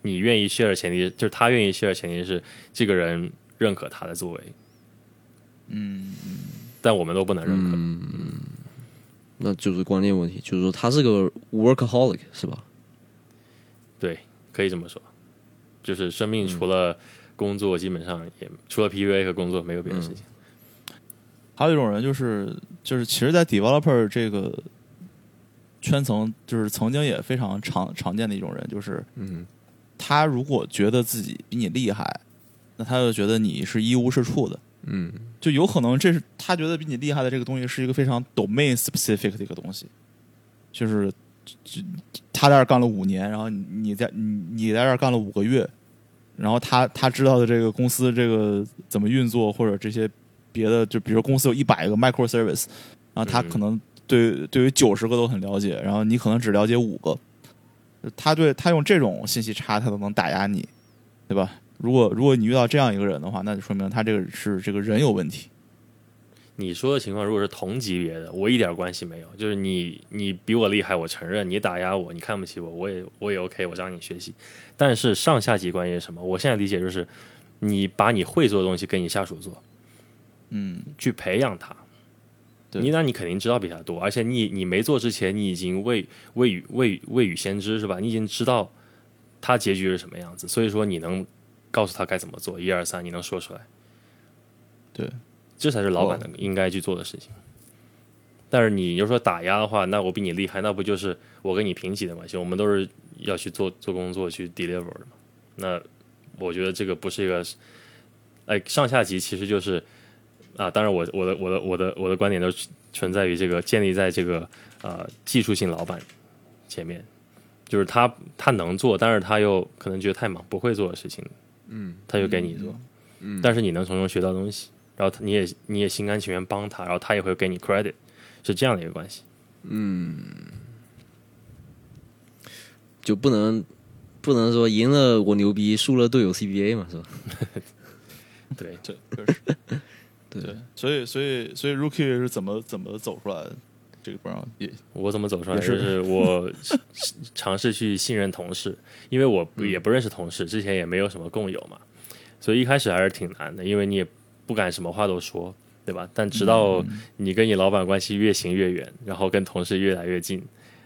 你愿意 share 的前提就是他愿意 share 的前提是这个人认可他的作为，
嗯，
但我们都不能认可。
那就是观念问题，就是说他是个 workaholic 是吧？
对，可以这么说，就是生命除了工作，基本上也除了 PUA 和工作，没有别的事情。
还有一种人就是就是，其实，在 developer 这个圈层，就是曾经也非常常常见的一种人，就是
嗯
他如果觉得自己比你厉害，那他就觉得你是一无是处的。
嗯
就有可能这是他觉得比你厉害的这个东西是一个非常 domain specific 的一个东西，就是就他在这儿干了五年，然后你你在你你在这儿干了五个月，然后他他知道的这个公司这个怎么运作，或者这些别的，就比如公司有一百个 microservice，然后他
嗯
可能对、对于九十个都很了解，然后你可能只了解五个，他对他用这种信息差，他都能打压你，对吧？如果如果你遇到这样一个人的话，那就说明他这个是这个人有问题。
你说的情况，如果是同级别的，我一点关系没有。就是你，你比我厉害，我承认；你打压我，你看不起我，我也我也 OK，我向你学习。但是上下级关系是什么？我现在理解就是，你把你会做的东西跟你下属做，
嗯，
去培养他。
对
你那你肯定知道比他多，而且你你没做之前，你已经未未雨未未雨先知是吧？你已经知道他结局是什么样子，所以说你能告诉他该怎么做，一二三，你能说出来。
对，哦
这才是老板的应该去做的事情。但是你就说打压的话，那我比你厉害，那不就是我跟你平级的关系？我们都是要去做做工作去 deliver 的嘛。那我觉得这个不是一个，哎，上下级其实就是啊，当然我我的我的我的我的观点都是存在于这个建立在这个呃技术性老板前面，就是他他能做，但是他又可能觉得太忙不会做的事情，嗯，他就给你做，嗯，但是你能从中学到东西。然后他你也你也心甘情愿帮他，然后他也会给你 credit，是这样的一个关系。
就不能不能说赢了我牛逼，输了队友 CBA 嘛，是吧？
对，
嗯对，确实， 对，所以所以所以 Rookie 是怎么怎么走出来的？这个不知道也
我怎么走出来？
也
就是是我尝试去信任同事， 因为我不也不认识同事，之前也没有什么共友嘛，所以一开始还是挺难的，因为你也不敢什么话都说，对吧？但
嗯
直到你跟你老板关系越行越远，然后跟同事越来越近，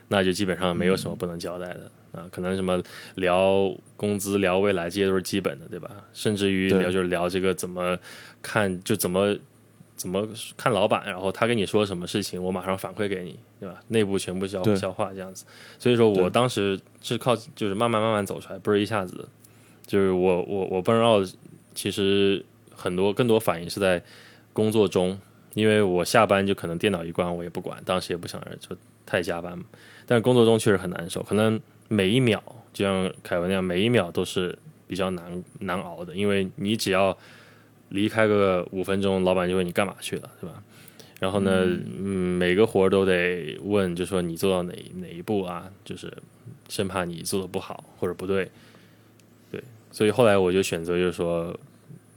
那就基本上没有什么不能交代的。啊，可能什么聊工资、聊未来，这些都是基本的，对吧？甚至于
对
聊就是聊这个怎么看，就怎么怎么看老板，然后他跟你说什么事情，我马上反馈给你，对吧？内部全部消
对
消化这样子。所以说我
对
当时是靠就是慢慢慢慢走出来，不是一下子的。就是我我我 burn out，其实很多更多反应是在工作中，因为我下班就可能电脑一关我也不管，当时也不想着就太加班嘛。但是工作中确实很难受，可能每一秒就像凯文那样，每一秒都是比较难难熬的，因为你只要离开个五分钟，老板就问你干嘛去了，对吧？然后呢，嗯，每个活儿都得问，就说你做到哪哪一步啊？就是生怕你做的不好或者不对，对，所以后来我就选择就是说，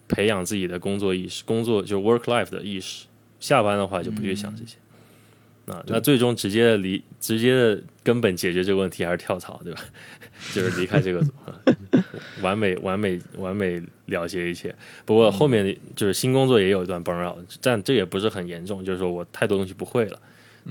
培养自己的工作意识，工作就是 work life 的意识。下班的话就不去想这些。那那最终直接的离直接的根本解决这个问题还是跳槽，对吧？就是离开这个组，啊完美完美完美了结一切。不过后面就是新工作也有一段 burnout，但这也不是很严重，就是说我太多东西不会了。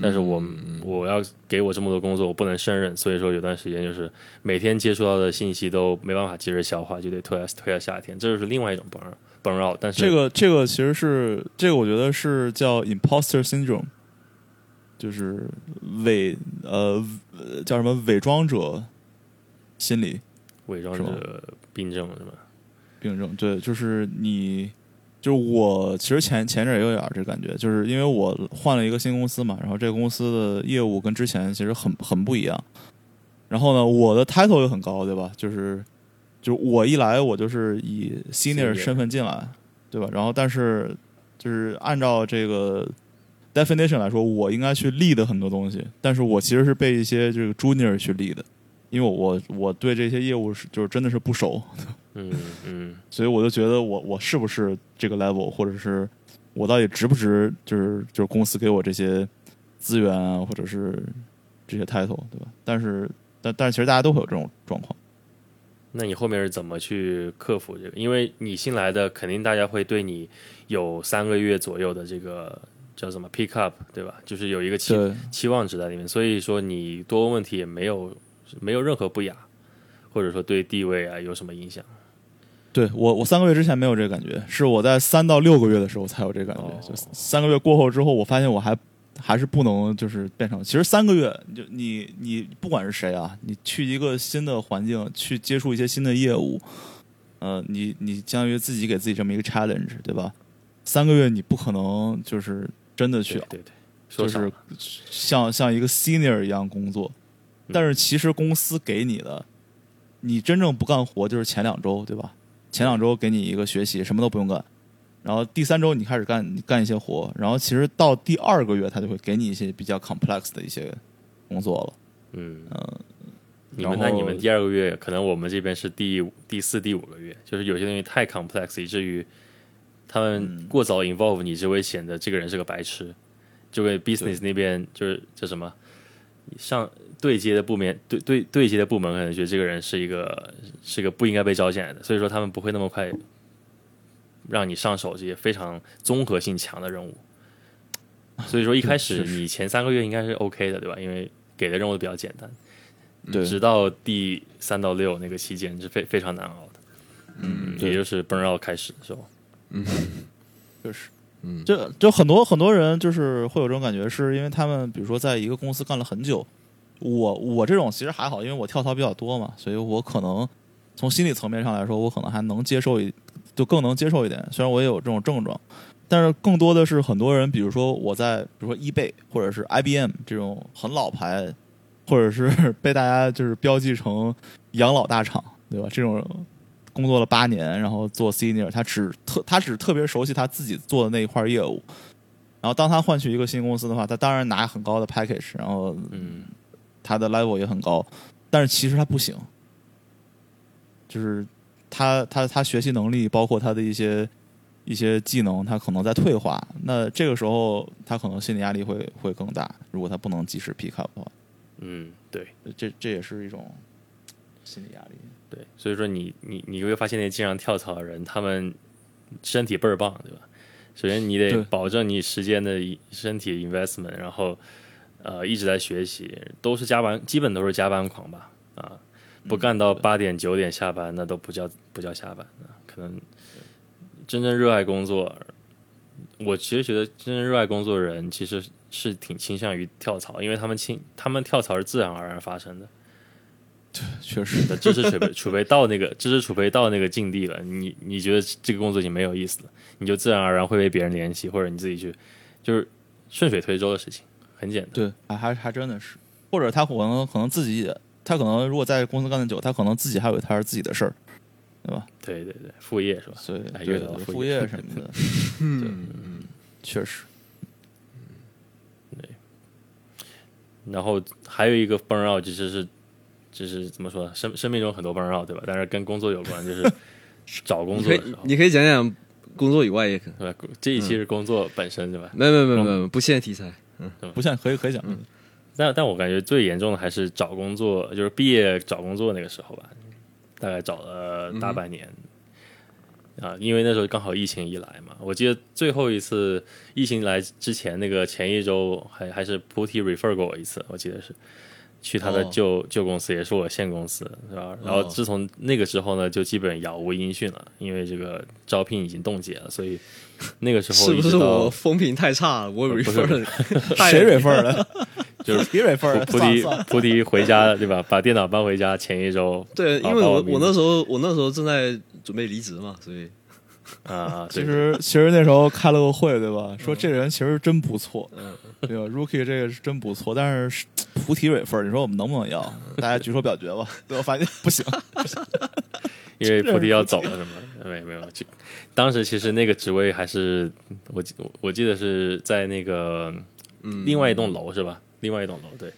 但是我、我要给我这么多工作，我不能胜任，所以说有段时间就是每天接触到的信息都没办法及时消化，就得推到推到夏天，这就是另外一种 burn burnout。但是
这个这个其实是这个，我觉得是叫 imposter syndrome，就是伪呃呃叫什么伪装者心理
伪装
是吗
者病症是吧？
病症。对，就是你。就是我其实前前阵儿也有点儿这感觉，就是因为我换了一个新公司嘛，然后这个公司的业务跟之前其实很很不一样。然后呢，我的 title 又很高，对吧？就是就是我一来我就是以 senior
Senior
身份进来，对吧？然后但是就是按照这个 definition 来说，我应该去 lead 很多东西，但是我其实是被一些这个 junior 去 lead 的，因为我我我对这些业务是就是真的是不熟，
嗯嗯
所以我就觉得我我是不是这个 level，或者是我到底值不值，就是就是公司给我这些资源啊，或者是这些 title，对吧？但是但但是其实大家都会有这种状况，
那你后面是怎么去克服这个？因为你新来的，肯定大家会对你有三个月左右的这个叫什么 pick up，对吧？就是有一个期
对
期望值在里面，所以说你多问问题也没有没有任何不雅，或者说对地位啊有什么影响。
对我，我三个月之前没有这个感觉，是我在三到六个月的时候才有这个感觉。
哦
就三个月过后之后，我发现我还还是不能就是变成。其实三个月，你就你你不管是谁啊，你去一个新的环境，去接触一些新的业务，呃，你你相当于自己给自己这么一个 challenge，对吧？三个月你不可能就是真的去
对对对，说
就
少
是
了
像像一个 senior 一样工作，
嗯
但是其实公司给你的，你真正不干活就是前两周，对吧？前两周给你一个学习，什么都不用干，然后第三周你开始干你干一些活，然后其实到第二个月他就会给你一些比较 complex 的一些工作了，
嗯，
嗯、
你
然
们
后
那你们第二个月，可能我们这边是第五第四、第五个月，就是有些东西太 complex，以至于他们过早
嗯
involve 你，就会显得这个人是个白痴，就会 business 那边就是叫什么上对接的部门对对对接的部门可能觉得这个人是一个是一个不应该被招进来的，所以说他们不会那么快让你上手这些非常综合性强的任务。所以说一开始
是是
你前三个月应该是 OK 的，对吧？因为给的任务比较简单。
对
直到第三到六那个期间是非非常难熬的，嗯，
对
也就是 burn out 开始的时候，
确实，嗯，就就很多很多人就是会有这种感觉，是因为他们比如说在一个公司干了很久，我我这种其实还好，因为我跳槽比较多嘛，所以我可能从心理层面上来说，我可能还能接受一，就更能接受一点。虽然我也有这种症状，但是更多的是很多人，比如说我在比如说 eBay 或者是 IBM 这种很老牌，或者是 被大家就是标记成养老大厂，对吧？这种工作了八年，然后做 senior，他只特他只特别熟悉他自己做的那一块业务。然后当他换去一个新公司的话，他当然拿很高的 package，然后
嗯，
他的 level 也很高，但是其实他不行，就是他他他学习能力，包括他的一些一些技能，他可能在退化。那这个时候他可能心理压力会会更大，如果他不能及时 pick up 的话，
嗯，对
这这也是一种心理压力。
对，所以说你你你会发现那些经常跳槽的人，他们身体倍儿棒，对吧？首先你得
对
保证你时间的一身体 investment，然后呃一直在学习，都是加班，基本都是加班狂吧，啊，不干到八点九点下班那都不叫不叫下班，啊可能真正热爱工作，我其实觉得真正热爱工作的人其实是挺倾向于跳槽，因为他们倾他们跳槽是自然而然发生的。
确实，
的知识储备储备到那个知识储备到那个境地了，你你觉得这个工作已经没有意思了，你就自然而然会被别人联系，或者你自己去，就是顺水推舟的事情，很简单。
对，还啊还还真的是，或者他可能可能自己也，他可能如果在公司干的久，他可能自己还有他自己的事儿，对吧？
对对对，副业是吧？
所以
哎
对
越聊
对
副
副
业
业什 么的，
嗯，
确实。
然后还有一个 burn out 其实是就是怎么说呢？生生命中很多 burn out 对吧？但是跟工作有关，就是找工
你
作
可
的时
以
候，
你可以讲讲工作以外也可，
对吧？这一期是工作本身对吧？
没有没有没有没有不限题材，
不像可以可以讲，
嗯但但我感觉最严重的还是找工作，就是毕业找工作那个时候吧，大概找
嗯
了大半年。啊，因为那时候刚好疫情一来嘛，我记得最后一次疫情来之前，那个前一周还还是菩提 refer 过我一次，我记得是去他的
哦
旧、旧公司，也是我现公司，是吧？然后自从那个时候呢，就基本杳无音讯了，因为这个招聘已经冻结了，所以那个时候
是不
一
是
直到呃
我风评太差了？我
不是
refer 了
谁蕊份儿了？
就是
提蕊份儿了，
菩
算
提
算
菩提回家了对吧？把电脑搬回家前一周，
对，
啊
因为
把
我
我
我那时候我那时候正在准备离职嘛，所以
候啊，
其
对
实其实那时候开了个会，对吧？说这人其实真不错，
嗯
对吧？Rookie 这个是真不错，但是菩提蕊份儿，你说我们能不能要？大家举手表决吧。 对，我发现不行，
因为菩提要走了什么？ 没有没有，就当时其实那个职位还是我记我我记得是在那个
嗯，
另外一栋楼是吧？另外一栋楼对，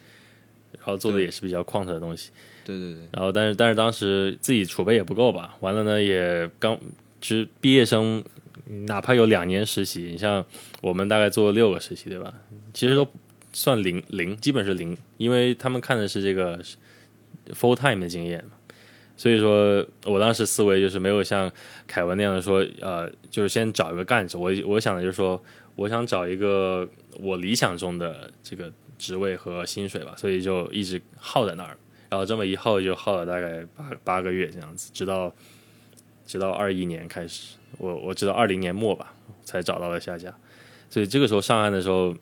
然后做的也是比较 quant 的东西。
对对对，
然后但是但是当时自己储备也不够吧，完了呢也刚其实毕业生，哪怕有两年实习，你像我们大概做了六个实习对吧？其实都算零零，基本是零，因为他们看的是这个 full time 的经验嘛。所以说我当时思维就是没有像凯文那样的说，呃，就是先找一个干着。我我想的就是说，我想找一个我理想中的这个职位和薪水吧，所以就一直耗在那儿。然后这么一耗就耗了大概八八个月这样子，直到直到二一年开始，我我直到二零年末吧才找到了下家，所以这个时候上岸的时候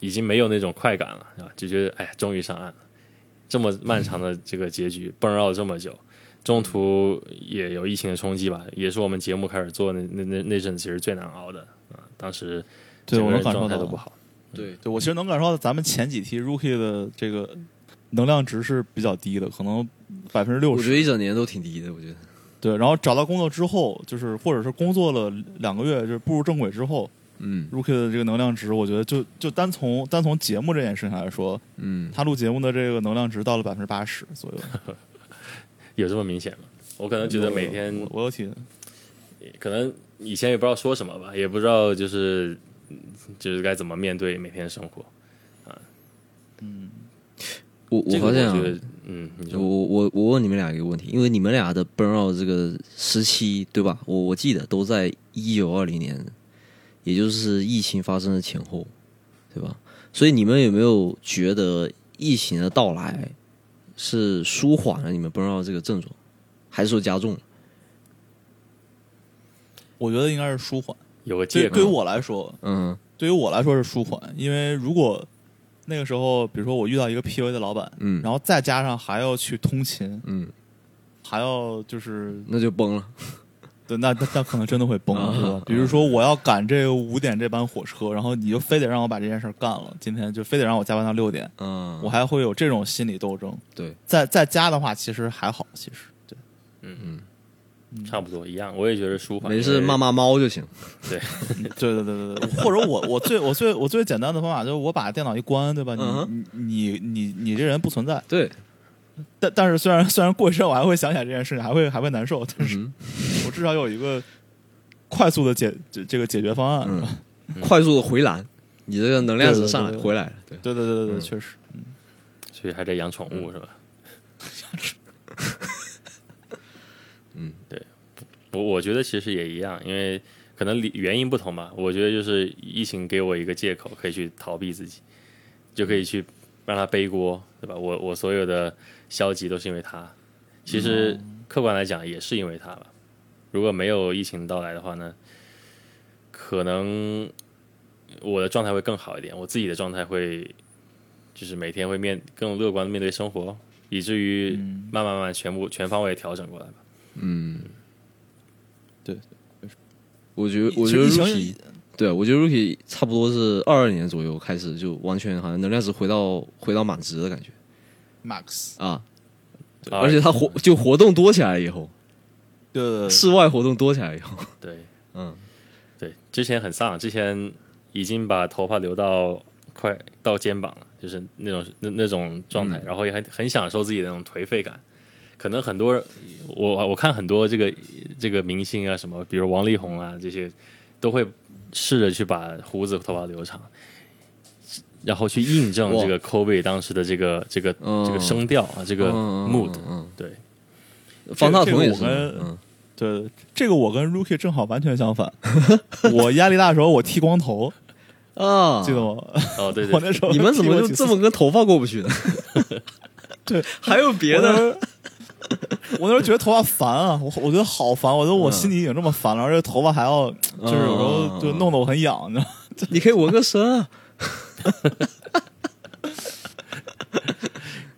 已经没有那种快感了，啊，就觉得哎，终于上岸了，这么漫长的这个结局蹦绕了这么久，中途也有疫情的冲击吧，也是我们节目开始做那那那那阵其实最难熬的啊，当时
对
整
我
个
能
人
感
状
受
态
到
都不好，
对
嗯
对我其实能感受到咱们前几期 Rookie 的这个能量值是比较低的，可能百分之六
我觉
十。
得一整年都挺低的，我觉得。
对，然后找到工作之后，就是或者是工作了两个月，就是步入正轨之后
嗯
，Rookie 的这个能量值，我觉得就就单从单从节目这件事情来说，
嗯，
他录节目的这个能量值到了百分之八十左右。
有这么明显吗？我可能觉得每天
我我有体验，
可能以前也不知道说什么吧，也不知道就是就是该怎么面对每天生活。
嗯，
我
这
我
个
发现
我
啊
觉，得，嗯，你
我
说
我我问你们俩一个问题，因为你们俩的 burnout 这个时期，对吧？我我记得都在一九二零年，也就是疫情发生的前后，对吧？所以你们有没有觉得疫情的到来是舒缓了你们 burnout 这个症状，还是说加重了？
我觉得应该是舒缓。
有个借
对，对于
口，
我来说，
嗯
对于我来说是舒缓，因为如果那个时候，比如说我遇到一个 PUA 的老板，
嗯
然后再加上还要去通勤，
嗯，
还要就是
那就崩了。
对，那那那可能真的会崩
啊，
是吧？比如说我要赶这个五点这班火车，然后你就非得让我把这件事儿干了，今天就非得让我加班到六点，
嗯，
我还会有这种心理斗争。
对，
在在家的话，其实还好，其实对，
差不多一样，我也觉得舒缓。
没事骂
妈，
骂猫就行。
对对对对 对，或者我我最我最我最简单的方法就是我把电脑一关，对吧？你、
嗯
你你你你这人不存在，
对，
但但是虽然虽然过一阵我还会想起来这件事情，还会还会难受，但是
嗯
我至少有一个快速的解这这个解决方案。
嗯，快速的回蓝，你这个能量值
对
上
对
来
对
回来了。嗯对，
对对对对对，确实，
所以还得养宠物是吧？
嗯，
对，我我觉得其实也一样，因为可能理原因不同吧。我觉得就是疫情给我一个借口，可以去逃避自己，就可以去让他背锅，对吧？我我所有的消极都是因为他，其实客观来讲也是因为他吧。如果没有疫情到来的话呢，可能我的状态会更好一点，我自己的状态会就是每天会面更乐观地面对生活，以至于
嗯
慢慢慢慢全部全方位调整过来吧。
我觉得我
其实
觉得
疫情
Rookie 对，我觉得 Rookie 差不多是二二年左右开始就完全好像能量值回到回到满值的感觉
Max，
啊，
啊
而且他活就活动多起来以后，
对嗯对对对，
室外活动多起来以后，
对
嗯，
对，之前很丧，之前已经把头发留到快到肩膀了，就是那种那那种状
嗯
态，然后也很很享受自己的那种颓废感。可能很多人我我看很多这个这个明星啊，什么比如王力宏啊这些，都会试着去把胡子头发留长，然后去印证
哇
这个 Kobe 当时的这个这个、
嗯
这个声调啊，这个
嗯嗯
mood，、
嗯
对，
方大同也是
这个我们，
嗯，
对，这个我跟 Rookie 正好完全相 反。我压力大的时候，我剃光头，
啊，
记得吗？
哦对对
我，那时候
你们怎么
剃过
就
几
这
次
么跟头发过不去呢？
对？
还有别
我那
的？
时候我那时候觉得头发烦啊，我我觉得好烦，我觉得我心里已经这么烦了，而且头发还要就是有时候就弄得我很痒，你知道吗？
你可以纹个身啊，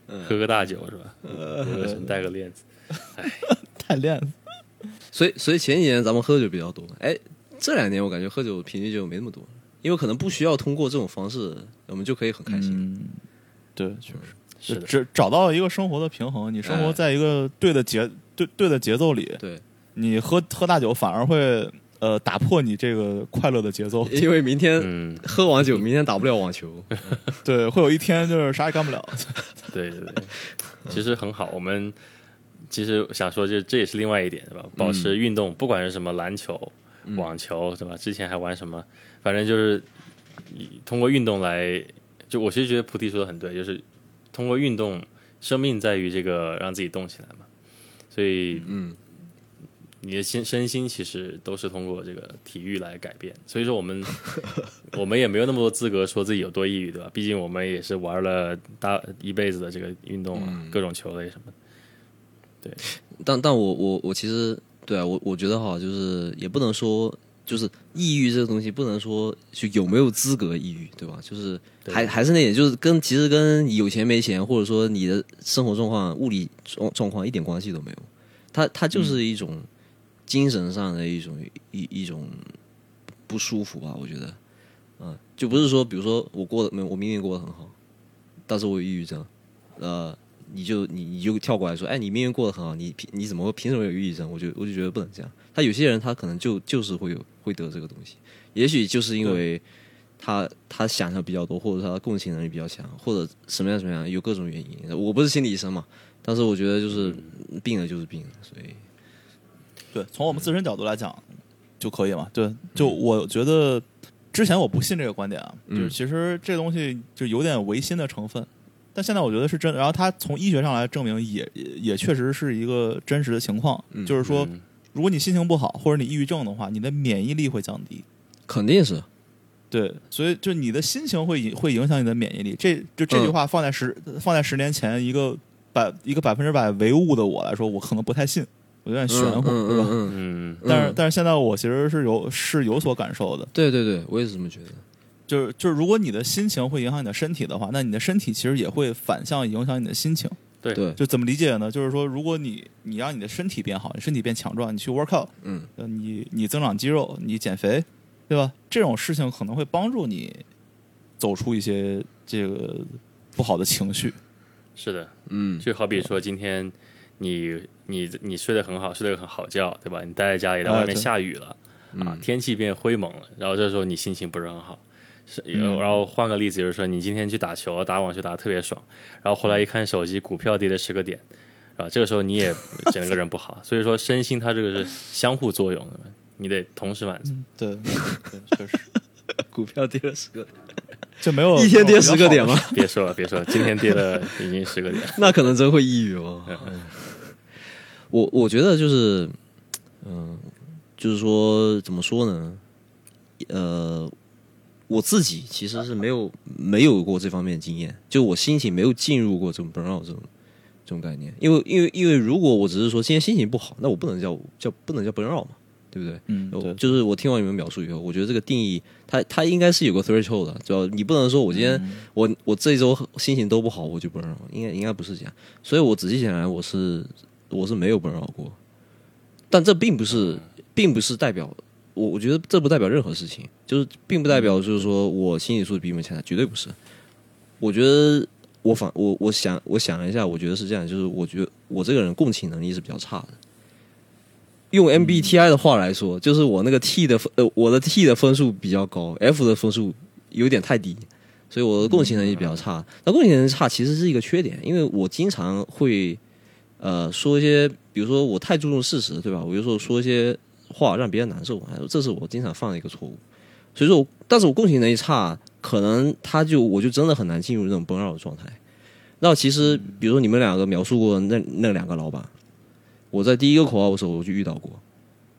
喝个大酒是 吧？有的戴个链子，
太练了。
所以，所以前几年咱们喝酒比较多，哎，这两年我感觉喝酒频率就没那么多，因为可能不需要通过这种方式，我们就可以很开心。
嗯，对，确实
是的，
只找到一个生活的平衡，你生活
哎
在一个对的节对对的节奏里，
对，
你喝喝大酒反而会呃打破你这个快乐的节奏，
因为明天、
嗯。
喝完酒，明天打不了网球。
对，会有一天就是啥也干不了。
对对对，其实很好。我们其实想说，就这也是另外一点，对吧？保持运动，不管是什么篮球、
嗯
网球，对吧？之前还玩什么，反正就是以通过运动来。就我其实觉得菩提说的很对，就是通过运动，生命在于这个让自己动起来嘛。所以，嗯，你的心身心其实都是通过这个体育来改变。所以说，我们 我们也没有那么多资格说自己有多抑郁，对吧？毕竟我们也是玩了大一辈子的这个运动啊，各种球类什么的。
但但我我我其实对啊，我我觉得哈，就是也不能说，就是抑郁这个东西不能说就有没有资格抑郁，对吧？就是还还是那点，就是跟其实跟有钱没钱，或者说你的生活状况、物理状状况一点关系都没有。它它就是一种精神上的一种一一种不舒服吧，我觉得，嗯，就不是说比如说我过得没有我明明过得很好，但是我有抑郁症，呃，你就你你就跳过来说，哎，你命运过得很好，你凭你怎么会凭什么有抑郁症？我就我就觉得不能这样。他有些人他可能就就是会有会得这个东西，也许就是因为他他想象比较多，或者他共情能力比较强，或者什么样什么样，有各种原因。我不是心理医生嘛，但是我觉得就是病了就是病了，所以
对，从我们自身角度来讲就可以嘛。对，就我觉得之前我不信这个观点啊，就是其实这东西就有点唯心的成分，但现在我觉得是真。然后它从医学上来证明也，也也确实是一个真实的情况，就是说，
嗯
如果你心情不好或者你抑郁症的话，你的免疫力会降低。
肯定是
对，所以就你的心情会影会影响你的免疫力。这就这句
嗯
话放在十、放在十年前一个百一个百分之百唯物的我来说，我可能不太信，我有点玄乎，
嗯
对吧？
嗯嗯嗯，
嗯，
但是
嗯
但是现在我其实是有是有所感受的，
对对对，我也是这么觉得。
就是就是如果你的心情会影响你的身体的话，那你的身体其实也会反向影响你的心情。
对
对
就怎么理解呢？就是说，如果你你让你的身体变好，你身体变强壮，你去 work out，
嗯
呃，你你增长肌肉，你减肥，对吧？这种事情可能会帮助你走出一些这个不好的情绪。
是的，
嗯，
就好比说今天你你你睡得很好，睡得很好觉，对吧？你待在家里，到
哎
外面
对
下雨了、啊，天气变灰蒙了，然后这时候你心情不是很好。是，然后换个例子，就是说你今天去打球、打网球打得特别爽，然后回来一看手机，股票跌了十个点，啊，这个时候你也整个人不好，所以说身心它这个是相互作用的，你得同时满足。
对，对确实
股票跌了十个，
就没有
一天跌十个点吗？？
别说了，别说了，今天跌了已经十个点，
那可能真会抑郁哦。我我觉得就是，嗯、就是说怎么说呢？呃，我自己其实是没有没有过这方面的经验，就我心情没有进入过这种 burnout 这种这种概念，因为因为因为如果我只是说今天心情不好，那我不能叫叫不能叫 burnout 嘛，对不对？
嗯，对，
就是我听完你们描述以后，我觉得这个定义，它它应该是有个 threshold 的，主要你不能说我今天、我我这一周心情都不好，我就 burn out，应该应该不是这样。所以我仔细想来，我是我是没有 burn out 过，但这并不是并不是代表我，我觉得这不代表任何事情，就是并不代表就是说我心理素质比你们强，绝对不是。我觉得我反我我想我想了一下，我觉得是这样，就是我觉得我这个人共情能力是比较差的。用 MBTI 的话来说，就是我那个 T 的分呃，我的 T 的分数比较高，F 的分数有点太低，所以我的共情能力比较差。那共情能力差其实是一个缺点，因为我经常会呃说一些，比如说我太注重事实，对吧？我有时候说一些话让别人难受，哎这是我经常犯的一个错误。所以说我，但是我共情能力差，可能他就我就真的很难进入那种崩 u 的状态。那其实，
嗯
比如说你们两个描述过那那两个老板，我在第一个口号的时候我就遇到过，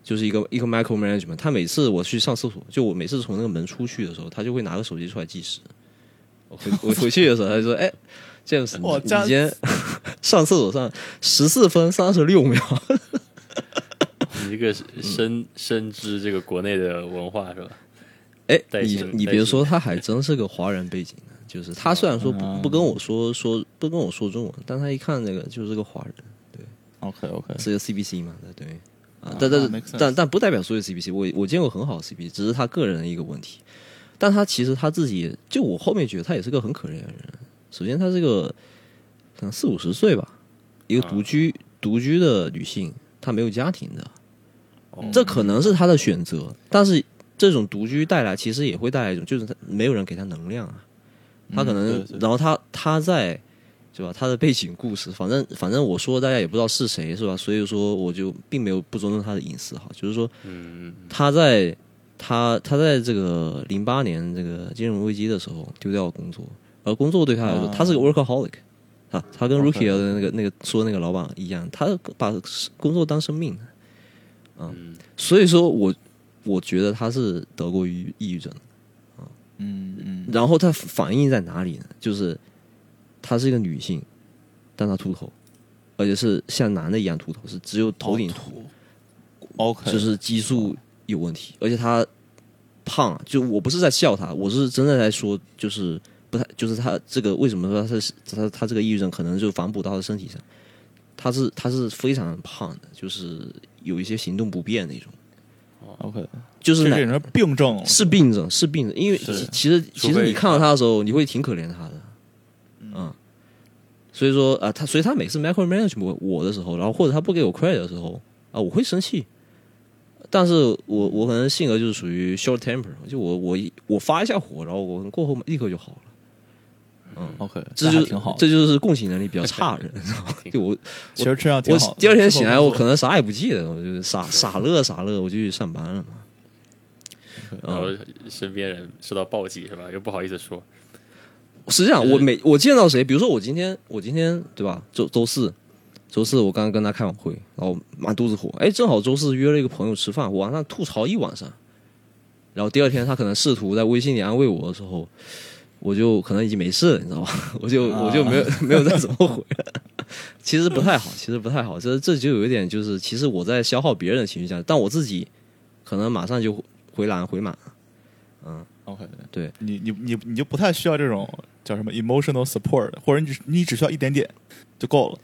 就是一个一个 micro management，他每次我去上厕所，就我每次从那个门出去的时候，他就会拿个手机出来计时。我回我回去的时候，他就说：“哎，James，你
哇
你
这样
今天 上厕所上十四分三十六秒。”
你这个深深知这个国内的文化是吧？
哎，
带
你
薪
你
带
别
薪
说，他还真是个华人背景的，就是他虽然说不不跟我说说不跟我说中文，但他一看那个就是个华人，
OK OK，
是个 CBC 嘛，对对啊
啊，
但但
makes sense
但但不代表所有 CBC，我我见过很好的 CBC，只是他个人的一个问题。但他其实他自己，就我后面觉得他也是个很可怜的人。首先，他是个可能四五十岁吧，一个
啊
独居、独居的女性，她没有家庭的，
哦
这可能是她的选择。但是这种独居带来，其实也会带来一种，就是她没有人给她能量啊。她可能，
嗯对对
然后她她在是吧？他的背景故事，反正反正我说大家也不知道是谁，是吧？所以说我就并没有不尊重他的隐私哈，就是说，
嗯
他在他他在这个零八年这个金融危机的时候丢掉了工作，而工作对他来说，
啊
他是个 workaholic。啊，他跟
OK
Rookie 的那个那个说那个老板一样，他把工作当生命，啊，
嗯
所以说我我觉得他是得过于抑郁症。
嗯嗯
然后它反映在哪里呢？就是她是一个女性，但她秃头，而且是像男的一样秃头，是只有头顶秃，
哦，OK，
就是激素有问题，而且她胖，啊就我不是在笑她，我是真的在说，就是不太，就是她这个为什么说她是她她这个抑郁症可能就反哺到她身体上，她是她是非常胖的，就是有一些行动不便那种，
OK，
就是
这
哪
变成病症了。
是病症，是病症，因为
是
其其实其
除
实
非
你看到他的时候，你会挺可怜他的，嗯，所以说啊，他所以他每次 micromanage 我我的时候，然后或者他不给我 credit 的时候啊，我会生气，但是我我可能性格就是属于 short temper，就我我一我发一下火，然后我过后立刻就好了，
OK，
这
那
就
还挺好。
这就是共情能力比较 差的人，知道吗？就我
其实这样挺
我
好的。
第二天醒来，
之后
我可能啥也不记得，我就傻傻乐傻乐，我就去上班了嘛。
然后
嗯
身边人受到暴击是吧？又不好意思说，
实际上，我每我见到谁，比如说我今天，我今天对吧？周周四，周四我刚刚跟他开完会，然后满肚子火，哎，正好周四约了一个朋友吃饭，我晚上吐槽一晚上，然后第二天他可能试图在微信里安慰我的时候，我就可能已经没事了，你知道吧？ 我就我就没有、没有再怎么回了，其实不太好，其实不太好， 这这就有一点就是，其实我在消耗别人的情绪价值，但我自己可能马上就回蓝回满，
OK，
对
你你你你就不太需要这种叫什么 emotional support，或者你只你只需要一点点就够了。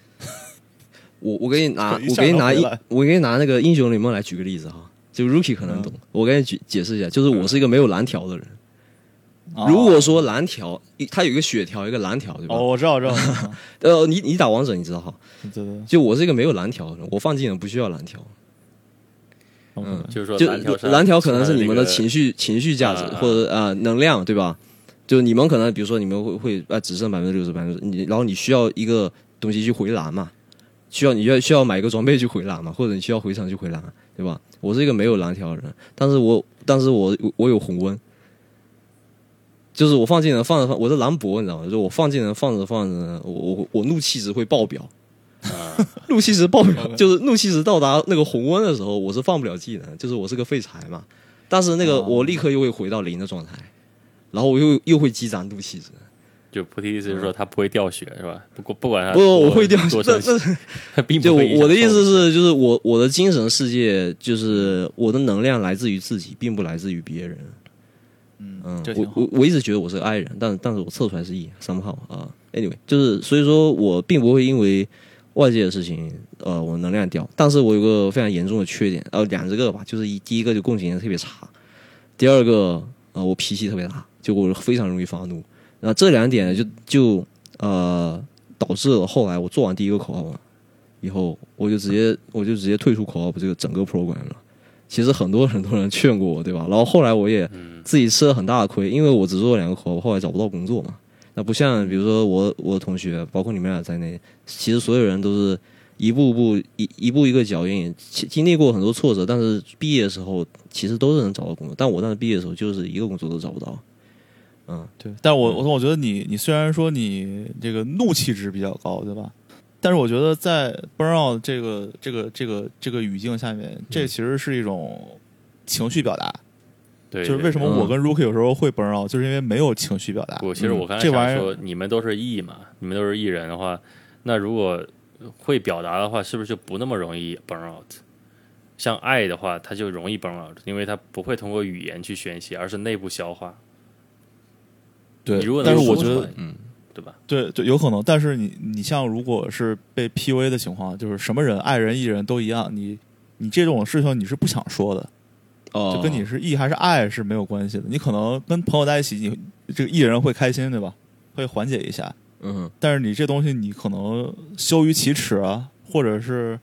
我我给你拿
对，一
我
下
给你
拿
拿
回
英
来，
我给你拿那个英雄联盟来举个例子哈，就 Rookie 可能懂，
嗯
我给你举解释一下，就是我是一个没有蓝条的人。
啊
如果说蓝条，一它有一个血条，一个蓝条，对吧？
哦，我知道，我知道，啊
呃，你你打王者你知道哈，
对对
就我是一个没有蓝条的人，我放技能不需要蓝条，
，OK，
就是说
就
蓝条上
蓝条可能是你们的
其他
情绪情绪价值
啊啊
或者啊、呃能量对吧？就你们可能比如说你们会会啊只剩百分之六十百分之，你然后你需要一个东西去回蓝嘛，需要你要需要买一个装备去回蓝嘛，或者你需要回场去回蓝，对吧？我是一个没有蓝条的人，但是我但是我我有红温，就是我放技能放着放，我是兰博你知道吗？就是我放技能放着放着，我我我怒气值会爆表。 怒气值爆表，就是怒气值到达那个红温的时候，我是放不了技能，就是我是个废柴嘛。但是那
哦
个我立刻又会回到零的状态，然后我又又会积攒怒气值。
就菩提意思是说他不会掉血是吧？不过不管他
嗯不，我会掉
多，
这
多生气
这
他 并
就
不
我
会影响
我的意思
后面，
是，就是我我的精神世界，就是我的能量来自于自己，并不来自于别人。嗯
这，挺
我
好
我我一直觉得我是个 I 人，但但是我测出来是 E somehow 啊、anyway，就是所以说我并不会因为外界的事情，呃，我能量掉。但是我有个非常严重的缺点，呃，两个吧，就是一第一个就共情能力特别差，第二个呃我脾气特别大，就我非常容易发怒。那这两点就就呃导致了后来我做完第一个口号嘛，以后我就直接我就直接退出口号这个整个 program 了。其实很多很多人劝过我，对吧？然后后来我也自己吃了很大的亏，因为我只做了两个口号，后来找不到工作嘛。那不像比如说我我的同学，包括你们俩在内，其实所有人都是一步步一一步一个脚印，其经历过很多挫折，但是毕业的时候其实都是能找到工作。但我当时毕业的时候就是一个工作都找不到，嗯，
对，但我我我觉得你你虽然说你这个怒气值比较高，对吧？但是我觉得在 burnout 这个这个这个这个语境下面，
嗯
这其实是一种情绪表达。
对，
就是为什
么
么我跟 Rookie 有时候会 burnout，就是因为没有情绪表达。
我其实我刚
嗯
才
这玩意
想
儿
说，你们都是艺嘛，你们都是艺人的话，那如果会表达的话，是不是就不那么容易 burn out？像爱的话，它就容易 burn out，因为它不会通过语言去宣泄，而是内部消化。
嗯对
你如果能
但是我
说
觉
出
得
来，嗯，对吧？
对对，有可能。但是你你像如果是被 PUA 的情况，就是什么人、爱人、艺人都一样，你你这种事情你是不想说的，
哦
就跟你是艺还是爱是没有关系的。你可能跟朋友在一起，你这个艺人会开心，对吧？会缓解一下。
嗯
但是你这东西你可能羞于启齿啊，或者是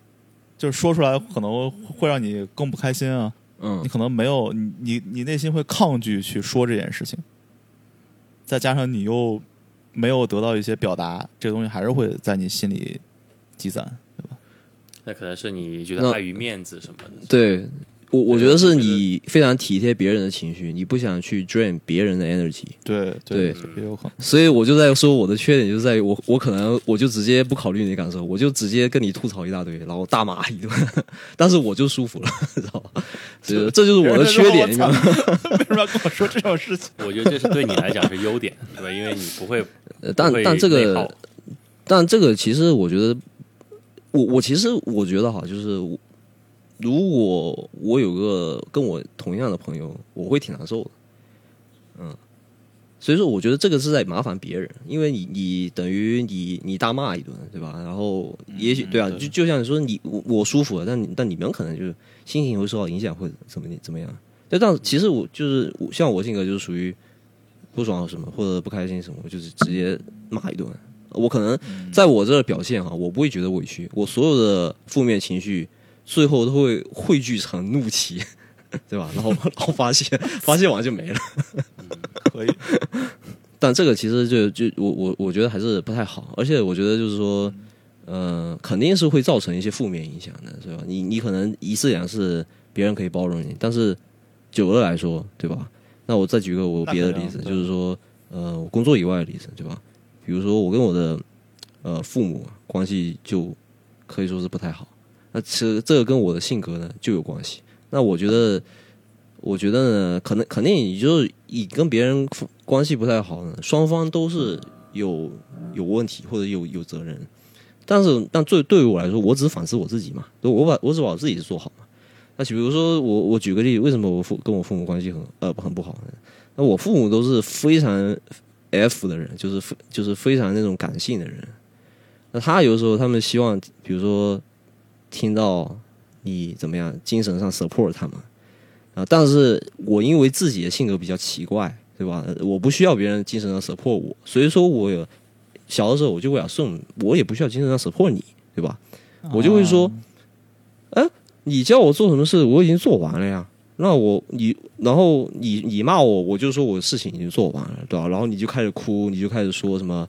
就是说出来可能会让你更不开心啊。
嗯
你可能没有你你你内心会抗拒去说这件事情，再加上你又没有得到一些表达，这东西还是会在你心里积攒，对吧？
那可能是你觉得
那
碍于面子什么的，
对我，我觉得
我
是
觉得
你非常体贴别人的情绪，你不想去 drain 别人的 energy。
对
对
这也有可能。
所以我就在说我的缺点就在于我，我可能我就直接不考虑你的感受，我就直接跟你吐槽一大堆，然后大骂一顿， 但是我就舒服了， 知道吧？这这就是我的缺点，你
别人
知道
就
吗？
说我操 为什么要跟我说这种事情？
我觉得这是对你来讲是优点，对吧？因为你不会，
呃但
不会
但这
内
个
耗
但这个其实我觉得，我我其实我觉得哈，就是我如果我有个跟我同样的朋友，我会挺难受的，嗯，所以说我觉得这个是在麻烦别人，因为你你等于你你大骂一顿，对吧？然后也许
嗯
对啊，
对
就就像你说你我我舒服了，但你但你们可能就是心情会受到影响，或者怎么怎么样？对，但其实我就是我像我性格就是属于不爽什么或者不开心什么，我就是直接骂一顿。我可能在我这儿表现哈，我不会觉得委屈，我所有的负面情绪最后都会汇聚成怒气， 对吧？然后 然后发泄，发泄完就没了。
可 以，
但这个其实就就我我我觉得还是不太好，而且我觉得就是说，呃，肯定是会造成一些负面影响的，是吧？你你可能一次两次别人可以包容你，但是久了来说，对吧？那我再举个我别的例子，
那肯定啊
就是说，呃，我工作以外的例子，对吧？比如说我跟我的呃父母关系就可以说是不太好，那其实这个跟我的性格呢就有关系。那我觉得，我觉得呢，可能肯定你就是你跟别人关系不太好呢，双方都是有有问题或者有有责任。但是，但最对于我来说，我只反思我自己嘛，就我把我只把我自己做好嘛。那比如说我我举个例，为什么我父跟我父母关系很呃很不好呢？那我父母都是非常 F 的人，就是非就是非常那种感性的人。那他有的时候他们希望，比如说听到你怎么样，精神上 support 他们啊。但是我因为自己的性格比较奇怪，对吧？呃我不需要别人精神上 support 我，所以说我有小的时候我就会想送，我也不需要精神上 support 你，对吧？我就会说，你叫我做什么事，我已经做完了呀。那我你，然后你你骂我，我就说我事情已经做完了，对吧？然后你就开始哭，你就开始说什么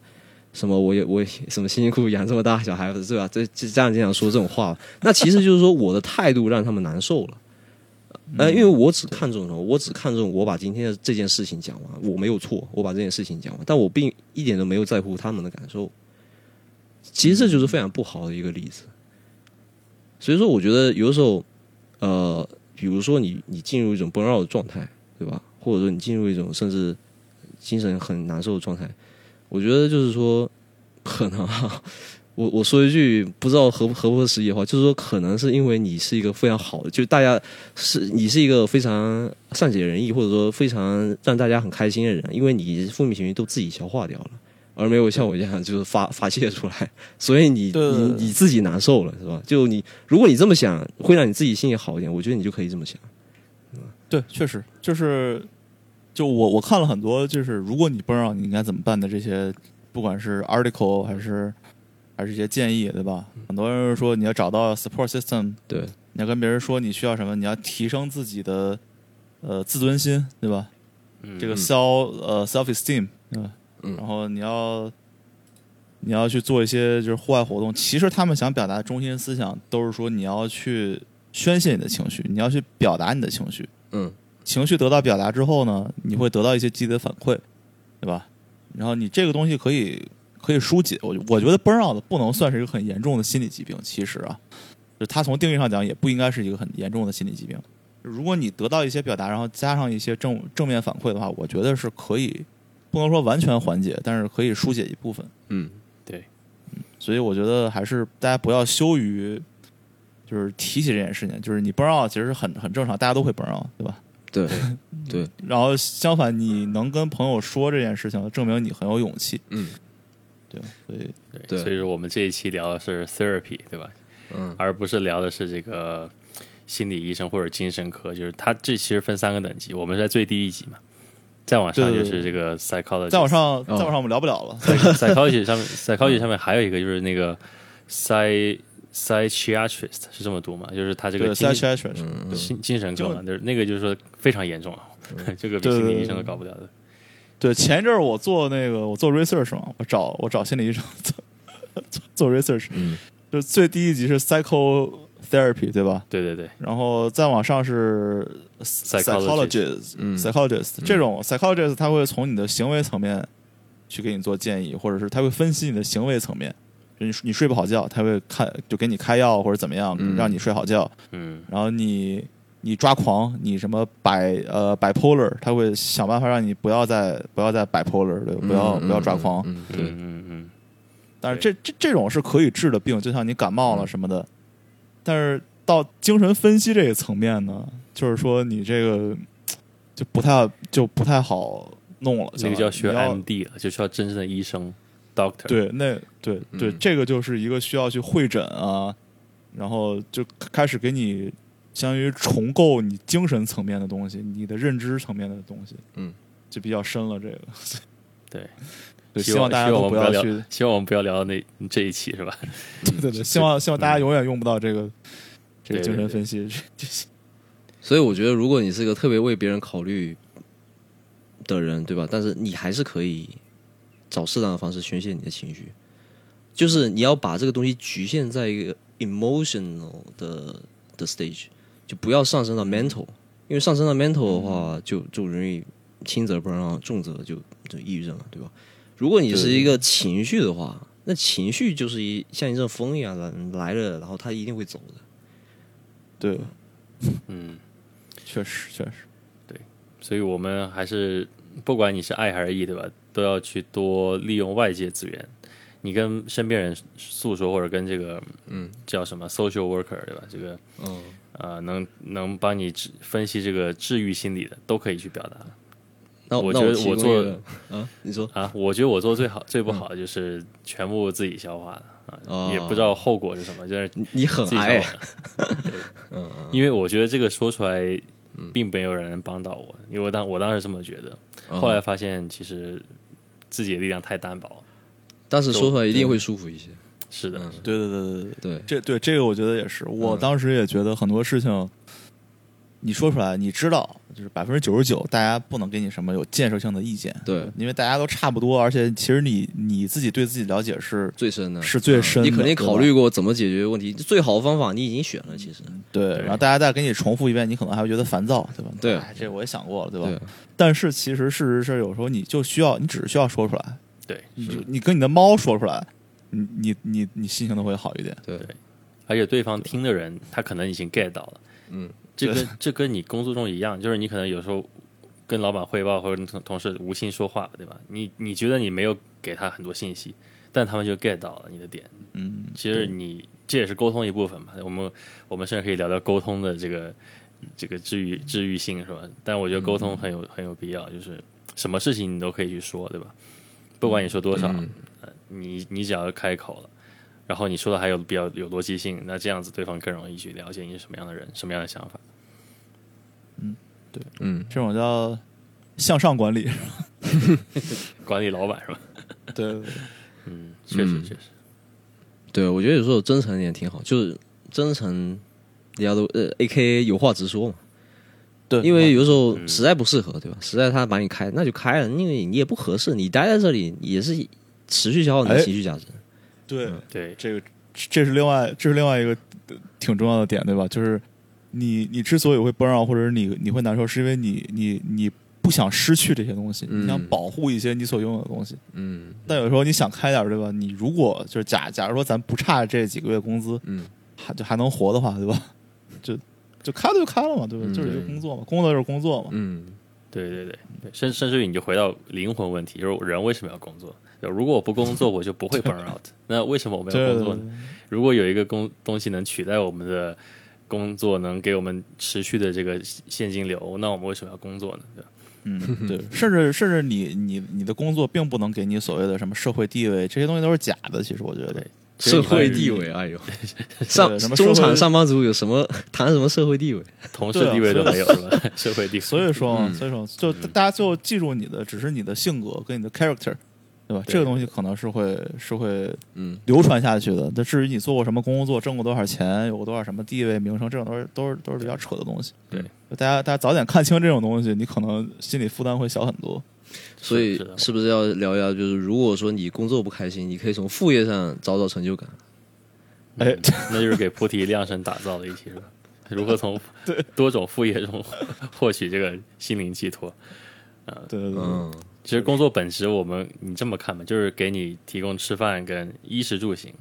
什么我也我也什么辛辛苦苦养这么大小孩子，对吧？这这这样经常说这种话，那其实就是说我的态度让他们难受了。呃，因为我只看重什么？我只看重我把今天的这件事情讲完，我没有错，我把这件事情讲完，但我并一点都没有在乎他们的感受。其实这就是非常不好的一个例子。所以说，我觉得有的时候，呃，比如说你你进入一种 burnout 的状态，对吧？或者说你进入一种甚至精神很难受的状态，我觉得就是说，可能啊， 我我说一句不知道合不合不合时宜的话，就是说，可能是因为你是一个非常好的，就大家是你是一个非常善解人意，或者说非常让大家很开心的人，因为你负面情绪都自己消化掉了。而没有像我一样就是发 发泄出来，所以你
对
你你自己难受了是吧？就你如果你这么想，会让你自己心里好一点，我觉得你就可以这么想。
对，确实就是，就我我看了很多，就是如果你不知道你应该怎么办的这些，不管是 article 还是还是一些建议，对吧？很多人说你要找到 support system，
对，
你要跟别人说你需要什么，你要提升自己的呃自尊心，对吧？
嗯
这个 self 呃 self esteem，对吧？
嗯
然后你要你要去做一些就是户外活动，其实他们想表达的中心思想都是说你要去宣泄你的情绪，你要去表达你的情绪。
嗯
情绪得到表达之后呢，你会得到一些积极的反馈，对吧？然后你这个东西可以可以疏解，我我觉得 burnout 不能算是一个很严重的心理疾病，其实啊，就它从定义上讲也不应该是一个很严重的心理疾病。如果你得到一些表达，然后加上一些正正面反馈的话，我觉得是可以，不能说完全缓解，但是可以疏解一部分。嗯
嗯，
所以我觉得还是大家不要羞于，就是提起这件事情，就是你 burnout 其实很很正常，大家都会 burnout，对吧？
对对，
然后相反，你能跟朋友说这件事情，证明你很有勇气，
嗯
对吧？所以
对
所以说我们这一期聊的是 therapy，对吧？
嗯
而不是聊的是这个心理医生或者精神科，就是它这其实分三个等级，我们是在最低一级嘛，再往上
对
就
对对
是这个 psychology，
再往上，再
哦
往上我们聊不了了。
psychology 上面 psychology 上面还有一个就是那个 psy psychiatrist 是这么读嘛？就是他这
对
个精
c h i a t r i
嗯
精精神科嘛，就是那个就是说非常严重啊，这个比
对对
心
对
理医生都搞不了的。
对，前一阵儿我做那个，我做 research 嘛，我找我找心理医生 做做 research，
嗯
就是最低一级是 psychotherapy，对吧？
对对对，
然后再往上是
Psychologist
psychologist，psychologist，、
嗯
psychologist 这种 psychologist 他会从你的行为层面去给你做建议，或者是他会分析你的行为层面，就你你睡不好觉，他会看就给你开药或者怎么样，
嗯
让你睡好觉。
嗯
然后你你抓狂，你什么摆呃 bipolar，他会想办法让你不要再不要再 bipolar，对吧，不要、
嗯
不要抓狂。
嗯嗯
嗯
对，
嗯嗯，
但是这这这种是可以治的病，就像你感冒了什么
嗯
的。但是到精神分析这个层面呢，就是说你这个就不太就不太好弄了，
这个就
要
要需要 MD 了，就需要真正的医生 doctor。
对，那对对、
嗯
这个就是一个需要去会诊啊，然后就开始给你相当于重构你精神层面的东西，你的认知层面的东西，
嗯，
就比较深了。这个，
对
对，
希
希望大家
希望
都
我
不
们
要
聊
去，
希望我们不要聊到那这一期是吧？
对对对，希望希望大家永远用不到这个这个
对
精神
对对
分析， 这些
所以我觉得，如果你是一个特别为别人考虑的人，对吧？但是你还是可以找适当的方式宣泄你的情绪，就是你要把这个东西局限在一个 emotional 的的 stage，就不要上升到 mental，因为上升到 mental 的话，就就容易轻则 burn out，重则就就抑郁症了，对吧？如果你是一个情绪的话，那情绪就是一像一阵风一样的来了，然后它一定会走的。
对，
嗯，
确实确实，
所以我们还是不管你是爱还是 E，对吧？都要去多利用外界资源。你跟身边人诉说，或者跟这个
嗯
叫什么 social worker 对吧？这个
嗯。
呃，能能帮你治分析这个治愈心理的，都可以去表达。
那
我
那
觉得
提供
我做
一个啊，你说
啊，我觉得我做最好最不好的就是全部自己消化的啊，
哦
也不知道后果是什么，就是自
你你很
己消化。
矮，哦 嗯
对因为我觉得这个说出来，并没有人能帮到我，因为我当我当时这么觉得，后来
嗯
发现其实自己的力量太单薄了。
但是说出来一定会舒服一些。
是
嗯
的，
对对对对对。
对，
这对这个我觉得也是，我当时也觉得很多事情，你说出来，你知道，就是百分之九十九，大家不能给你什么有建设性的意见，
对
因为大家都差不多，而且其实你你自己对自己了解是，
最深的啊
是最深的
你肯定考虑过怎么解决问题，最好的方法你已经选了，其实
对，
对
然后大家再给你重复一遍，你可能还会觉得烦躁，对吧？
对
哎这我也想过了，对吧？
对
但是其实事实是，有时候你就需要，你只是需要说出来，
对，
你
嗯
是
就
的
你跟你的猫说出来，你你你你心情都会好一点，
对
对而且对方听的人他可能已经 get 到了，
嗯，
这跟 这跟你工作中一样，就是你可能有时候跟老板汇报或者同同事无心说话，对吧？你你觉得你没有给他很多信息，但他们就 get 到了你的点。
嗯，
其实你这也是沟通一部分嘛。我们我们甚至可以聊聊沟通的这个这个治愈治愈性是吧？但我觉得沟通很有、很有必要，就是什么事情你都可以去说，对吧？不管你说多少，呃你你只要开口了，然后你说的还有比较有逻辑性，那这样子对方更容易去了解你是什么样的人，什么样的想法。
嗯，
这种叫向上管理，
管理老板是吧？
对对对
嗯，确实
嗯
确实，
对我觉得有时候真诚一点挺好，就是真诚，大家都呃，A K A 有话直说嘛。
对，
因为有时候
嗯
实在不适合，对吧？实在他把你开，那就开啊了，因为你也不合适，你待在这里也是持续消耗你的
哎
情绪价值。
对。
嗯
对
这个这是另外这是另外一个呃挺重要的点，对吧？就是你你之所以会 burn out，或者是你你会难受，是因为你你你不想失去这些东西，
嗯
你想保护一些你所拥有的东西。
嗯
但有时候你想开点儿，对吧？你如果就是假假如说咱不差这几个月工资，
嗯，
还就还能活的话，对吧？就就开了就开了嘛，对吧？
嗯
就是一个
对
工作嘛，工作就是工作嘛。
嗯
对对对，对甚甚至于你就回到灵魂问题，就是人为什么要工作？就如果我不工作，我就不会 burn out。那 为什么我们要
对
工
对
作
对
呢？如果有一个工东西能取代我们的工作，能给我们持续的这个现金流，那我们为什么要工作呢？对吧？
嗯，对，甚至甚至你你你的工作并不能给你所谓的什么社会地位，这些东西都是假的。其实我觉得，
对其实
社
你会
会地位，哎呦，上
什么社会
中产上班族有什么谈什么社会地位？
同事
对啊
地位都
所以
没有是吧？ 社会地位，
所以说，嘛，所以说，就大家最后记住你的，只是你的性格跟你的 character，对吧？这个东西可能是会是会
嗯
流传下去的。但至于你做过什么工作，挣过多少钱，有过多少什么地位、名声，这种都是都是都是比较扯的东西。
对，
大家大家早点看清这种东西，你可能心理负担会小很多。
所以
是的
是不是要聊一聊？就是如果说你工作不开心，你可以从副业上找找成就感。
哎，
嗯那就是给菩提量身打造的一期是吧？如 何从多种副业中获取这个心灵寄托？
对对对，
嗯，
其实工作本质，我们你这么看吧，就是给你提供吃饭跟衣食住行。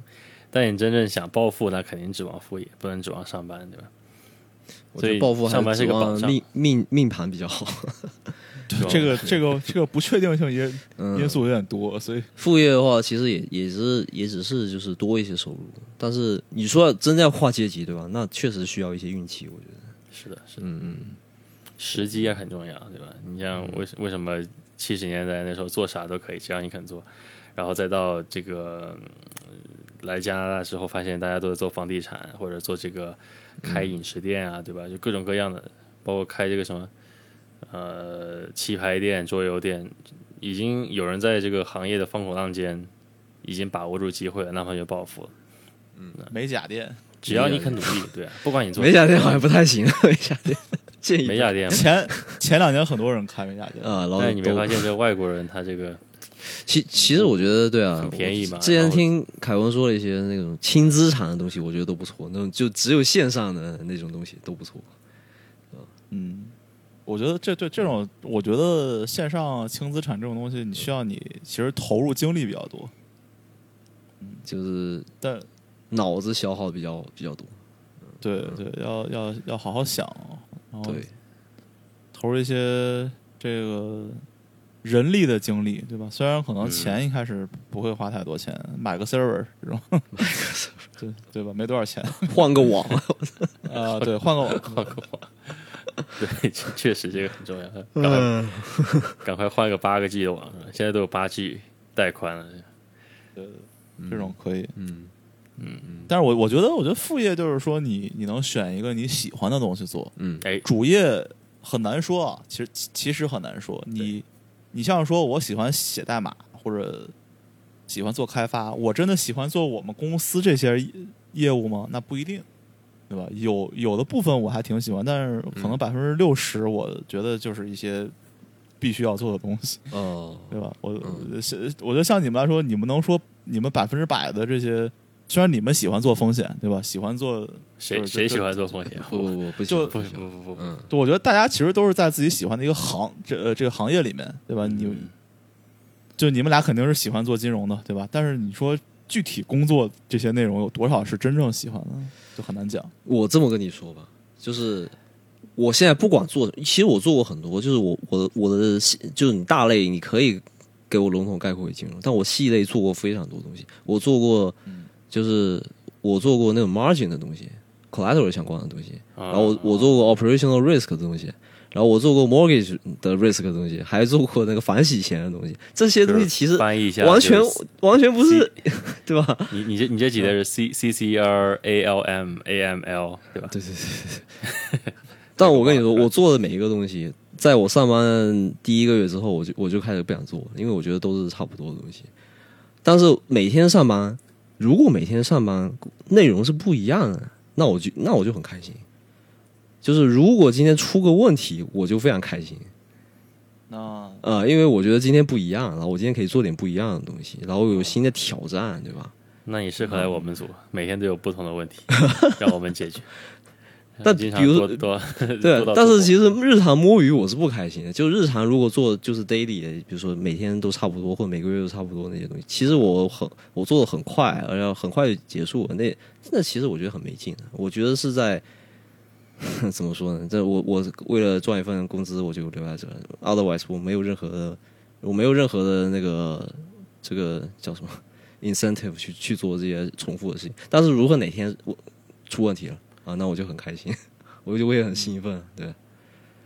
但你真正想暴富，那肯定指望副业，不能指望上班，对吧？
我
所
觉
以
得暴富还
上班是
指
个
望
保障
命命命盘比较好。
指望
这个这个这个不确定性也因素有点多，所以
副业的话，其实也也是也只是就是多一些收入，但是你说真要跨阶级，对吧？那确实需要一些运气，我觉得。
是的，是的，嗯嗯，时机也很重要，对吧？你像为为什么七十年代那时候做啥都可以，只要你肯做，然后再到这个、嗯来加拿大之后，发现大家都在做房地产或者做这个开饮食店啊，对吧？就各种各样的，包括开这个什么呃棋牌店、桌游店，已经有人在这个行业的风口浪尖已经把握住机会了，那么就暴富了。
美甲店
只要你肯努力，对啊，不管你做
美甲店好像不太行， 美甲店建议
美甲店嘛，
前前两年很多人开美甲店，
啊，老
但是你没
都
发现这外国人他这个
其其实我觉得对啊，
很便宜嘛
我之前
然后
听凯文说了一些那种轻资产的东西，我觉得都不错，那种就只有线上的那种东西都不错。
嗯，我觉得这对这种，我觉得线上轻资产这种东西，你需要你其实投入精力比较多，
就是
但
脑子消耗比较比较多。
对对，要要要好好想，然后
对，
投入一些这个人力的精力，对吧？虽然可能钱一开始不会花太多钱，买个 server 这种，买个 server，对对吧？没多少钱
换个网，
啊，对，换个 网，
换个网，对， 确确实这个很重要。赶快、
嗯
赶快换个八个 G 的网，是吧现在都有八 G 带宽了。
这种可以，嗯嗯，但是我我觉得，我觉得副业就是说你你能选一个你喜欢的东西做，
嗯，
哎，
主业很难说啊，其实其其实很难说。你你像说我喜欢写代码或者喜欢做开发，我真的喜欢做我们公司这些业业务吗？那不一定，对吧？有有的部分我还挺喜欢，但是可能百分之六十，我觉得就是一些必须要做的东西，
哦，
对吧？我像我觉得像你们来说，你们能说你们百分之百的这些，虽然你们喜欢做风险，对吧？喜欢做
谁
就是
谁
这
喜欢做风险？
不不不，不行
就
不
不
不
行，
不不不，
嗯，
对，我觉得大家其实都是在自己喜欢的一个行这、呃、这个行业里面，对吧？你、就你们俩肯定是喜欢做金融的，对吧？但是你说具体工作这些内容有多少是真正喜欢的，就很难讲。
我这么跟你说吧，就是我现在不管做，其实我做过很多，就是我我的我的就是你大类，你可以给我笼统概括为金融，但我细类做过非常多东西，我做过就是我做过那种 margin 的东西，collateral 相关的东西，
啊
然后
嗯
我我做过 operational risk 的东西。然后我做过 mortgage 的 risk 的东西，还做过那个反洗钱的东西，这些东西其实
翻译一下，
完全
就是 C-
完全不是， 对吧？
你你这你这几类是
嗯
C C C R A L M A M L 对吧？
对对对对对。 但我跟你说，我做的每一个东西，在我上班第一个月之后，我就我就开始不想做，因为我觉得都是差不多的东西。但是每天上班，如果每天上班内容是不一样的，那我就那我就很开心。就是如果今天出个问题，我就非常开心。
那
呃，因为我觉得今天不一样，然后我今天可以做点不一样的东西，然后有新的挑战，对吧？
那你适合来我们组，每天都有不同的问 题让我们解决。
但
经常
比如
多多
对
多到，
但
多
是其实日常摸鱼我是不开心的。就日常如果做就是 daily 的，比如说每天都差不多，或者每个月都差不多那些东西，其实我很我做的很快，而且很快就结束了。那那其实我觉得很没劲的。我觉得是在 怎么说呢？这我我为了赚一份工资，我就留在这，otherwise 我没有任何的，我没有任何的那个这个叫什么 incentive 去去做这些重复的事情。但是如果哪天我出问题了啊，那我就很开心。我就会很兴奋，对，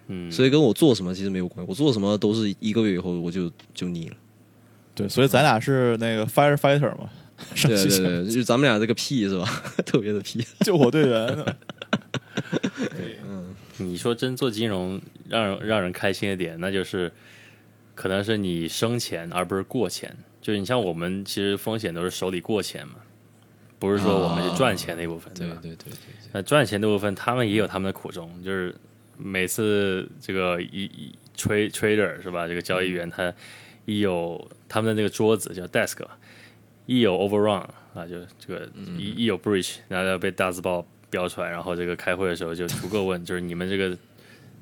嗯，
所以跟我做什么其实没有关系，我做什么都是一个月以后我就就腻了，
对，所以咱俩是那个 firefighter 嘛，上
对啊
去
对
就
对，就咱们俩这个屁是吧， 特别的屁，
救火队 员。
你说真做金融，让人让人开心的点，那就是可能是你生钱而不是过钱。就是你像我们其实风险都是手里过钱嘛，不是说我们是赚钱那部分，对吧？
对对
呃那赚钱那部分，他们也有他们的苦衷，就是每次这个一一 tra trader 是吧？这个交易员他一有他们的那个桌子叫 desk，一有 overrun 啊，就这个一一有 breach，然后要被大字报标出来，然后这个开会的时候就逐个问，就是你们这个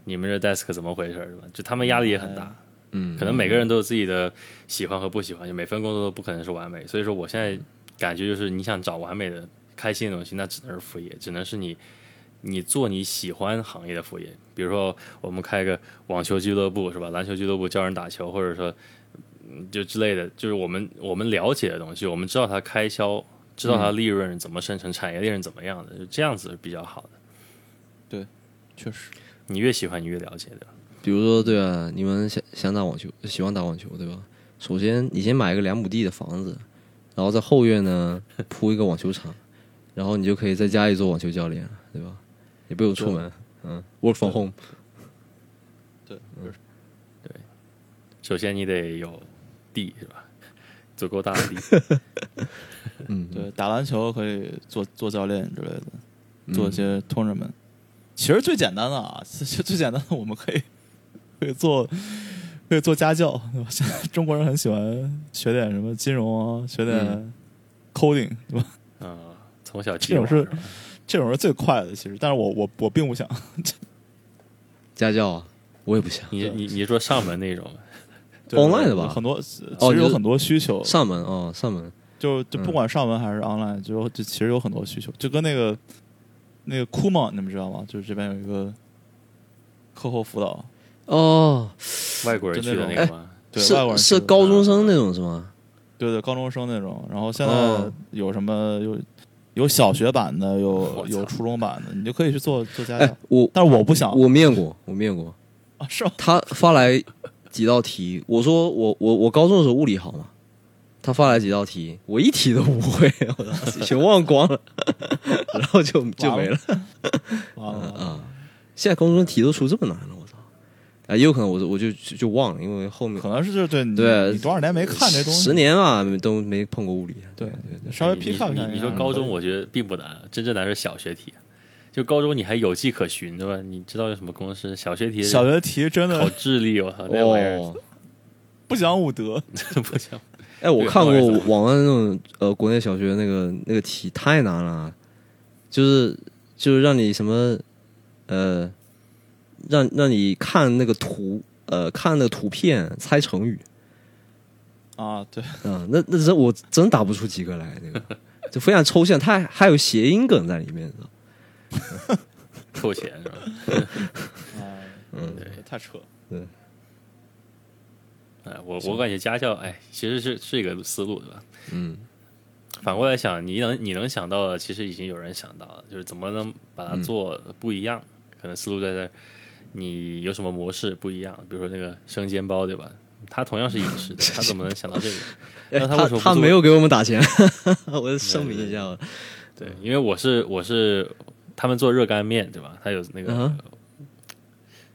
你们这 desk 怎么回事是吧？就他们压力也很大，
哎
嗯，可能每个人都有自己的喜欢和不喜欢，就每份工作都不可能是完美，所以说我现在感觉就是你想找完美的开心的东西，那只能是副业，只能是你。你做你喜欢行业的副业，比如说我们开个网球俱乐部是吧？篮球俱乐部教人打球，或者说嗯就之类的，就是我们我们了解的东西，我们知道它开销，知道它利润怎么生成，产业链是怎么样的，就这样子是比较好的。
确实，
你越喜欢，你越了解的。
比如说，对啊，你们想想打网球，喜欢打网球，对吧？首先，你先买一个两亩地的房子，然后在后院呢铺一个网球场，然后你就可以在家里做网球教练，对吧？也不用出门，嗯，work from home，
首先你得有地是吧？足够大的地，
嗯
对，打篮球可以做做教练之类的，
嗯
做一些 tournament。其实最简单的啊，其实最简单的我们可以可以做可以做家教，对吧？现在中国人很喜欢学点什么金融啊，学
嗯
点 coding，、对吧？
嗯，从小
这
起
种
网
是
吧
这种是最快的，其实。但是我我我并不想，
家教啊，我也不想。
你你你说上门那种，
对
Online 的吧
有很多
哦
其
你
实
是
有很多需求，
上嗯门哦，上门，
就就不管上文还是 online，就就其实有很多需求，就跟那个那个 Kuma 你们知道吗？就是这边有一个课后辅导，
哦，
外国人
就
去
那
的
种
那个吗？
对
是
外国人
是
去的
高中生那种是吗？
对对高中生那种。然后现在
嗯
哦
有什么有有小学版的，
我
有
操
有初中版的，你就可以去做做家教
哎。，我
但是我不想
我面过，我面过，
啊，是吗？
他发来几道题，我说我我我高中的时候物理好嘛，他发来几道题，我一题都不会，我当时全忘光了， 然后就就没了
完
嗯
了完了
啊。现在高中生题都出这么难了，我操！啊，也有可能我就我就就就忘了，因为后
嗯
面
可能是就是对你
对
你多少年没看这东西，
十年嘛都没碰过物理，啊
对
对对，
稍微
你
批判一下嗯
你。你说高中，我觉得并不难，真正难是小学题。就高中你还有迹可循，对吧？你知道有什么公式？小学题
小学题真
考
的
智力，我操，那玩意儿
哦，
不讲武德，
真 不行。
哎，我
对
看
不
过
好意思啊
网上那种呃国内小学那个那个题太难了，就是就是让你什么呃，让让你看那个图呃看那个图片猜成语
啊，对，
啊、那那真我真答不出几个来，那个就非常抽象，它还还有谐音梗在里面，你知道吗
扣钱是吧？
啊，
嗯，
对，太扯了。
哎，我我感觉家教，哎，其实是是一个思路，对吧？
嗯，
反过来想，你能你能想到的，其实已经有人想到了，就是怎么能把
嗯
它做不一样？可能思路在这儿，你有什么模式不一样？比如说那个生煎包，对吧？它同样是饮食的，它怎么能想到 这个？
哎
那他为
他
什么不
他
做
没有给我们打钱， 我声明一下啊，
对，因为我是我是他们做热干面，对吧？他有那个、
嗯哼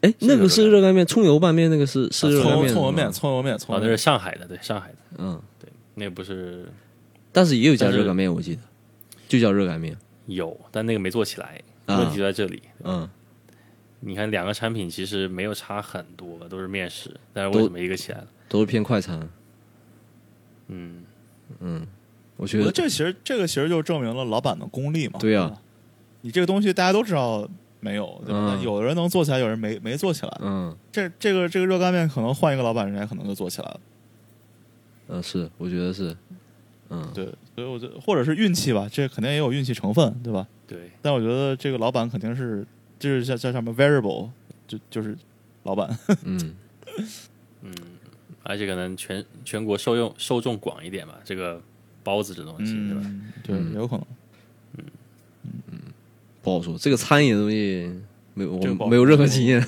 哎，那个是热干面，葱油拌面那个是
啊
是热
葱
干
油
面，
葱油面，，葱油面，葱
哦，
油
那
面
是上海的，对，上海的，
嗯，
那不是
但是也有叫
但是
热干面，我记得就叫热干面，
有，但那个没做起来，
啊
问题就在这里。
嗯。
你看两个产品其实没有差很多，都是面食，但是为什么一个起来了？
都是偏快餐。
嗯，
我
我觉
觉
得
得
这其实这个其实就证明了老板的功力嘛。
对
啊
呀
吧你这个东西大家都知道没有，对吧？
嗯
有的人能做起来，有人没没做起来。
嗯
这这个这个热干面可能换一个老板，人家可能就做起来了。
呃是，我觉得是，嗯
对，所以我觉得或者是运气吧，这肯定也有运气成分，对吧？
对，
但我觉得这个老板肯定是就是叫叫什么 variable，就就是老板。
嗯
嗯，而且可能全全国受用受众广一点吧，这个包子这东西，对吧？
嗯， 对，
嗯
也有可能。
不好说。这个餐饮的东西没有
这个不
我
好
没有任何
说
经 验。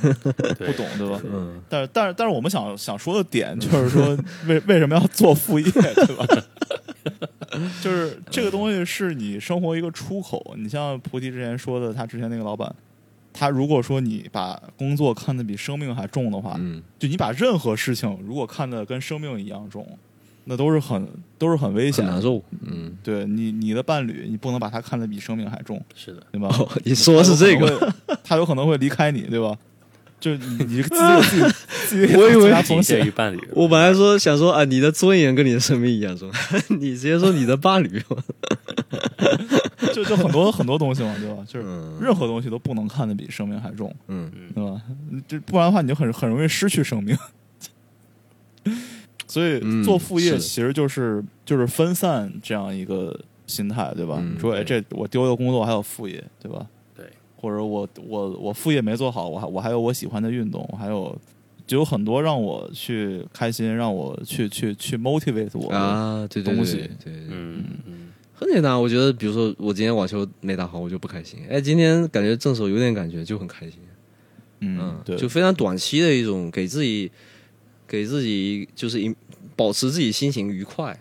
对
不懂对吧？
嗯，
但是，但是，但是，我们想想说的点就是说为，为什么要做副业，对吧？ 就是这个东西是你生活一个出口。你像菩提之前说的，他之前那个老板，他如果说你把工作看得比生命还重的话，
嗯
就你把任何事情如果看得跟生命一样重，那都是很都是很危
很
险。
难受。嗯，
对你，你的伴侣，你不能把他看得比生命还重，
是的，
对吧？
哦，你说是这个，
个，他有可能会离开你，对吧？就你你自己自己自己
我以为
自家风
仅 限
险
于伴侣。
我本来说想说啊，你的尊严跟你的生命一样重， 你直接说你的伴侣，
就就很多很多东西嘛，对吧？就是任何东西都不能看得比生命还重，
嗯，
对吧？这不然的话，你就很很容易失去生命。 所以
嗯
做副
是
业
的
其实就是就是分散这样一个心态，对吧？
嗯
你说哎，这我丢了工作，我还有副业，对吧？
对，
或者我我我副业没做好，我还我还有我喜欢的运动，我还有就有很多让我去开心，让我去去去 motivate 我的
啊，对对
东
对
西
对对，对
嗯嗯，
很简单。我觉得，比如说我今天网球没打好，我就不开心。哎，今天感觉正手有点感觉，就很开心。
嗯，对，
就非常短期的一种给自己，给自己就是一保持自己心情愉快。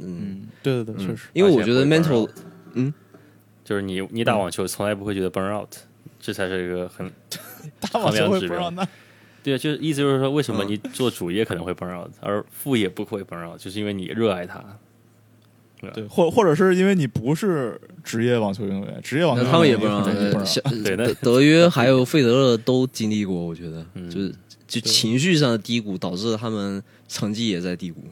嗯，
嗯，对对对，确 实，
因为我觉得
嗯而且不会
mental 嗯
就是你你打网球从来不会觉得 burn out，这才是一个很
打网球会不让那
对啊，就是意思就是说，为什么
嗯
你做主业可能会 burn out，而副业不会 burn out，就是因为你热爱它。
对，或或者是因为你不是职业网球运动员，职业网球
那
运
他
动
们也
员
不让，
肯定不
呃
让
像
对那
德 德约还有费德勒都经历过，我觉得
嗯
就是就情绪上的低谷导致他们成绩也在低谷。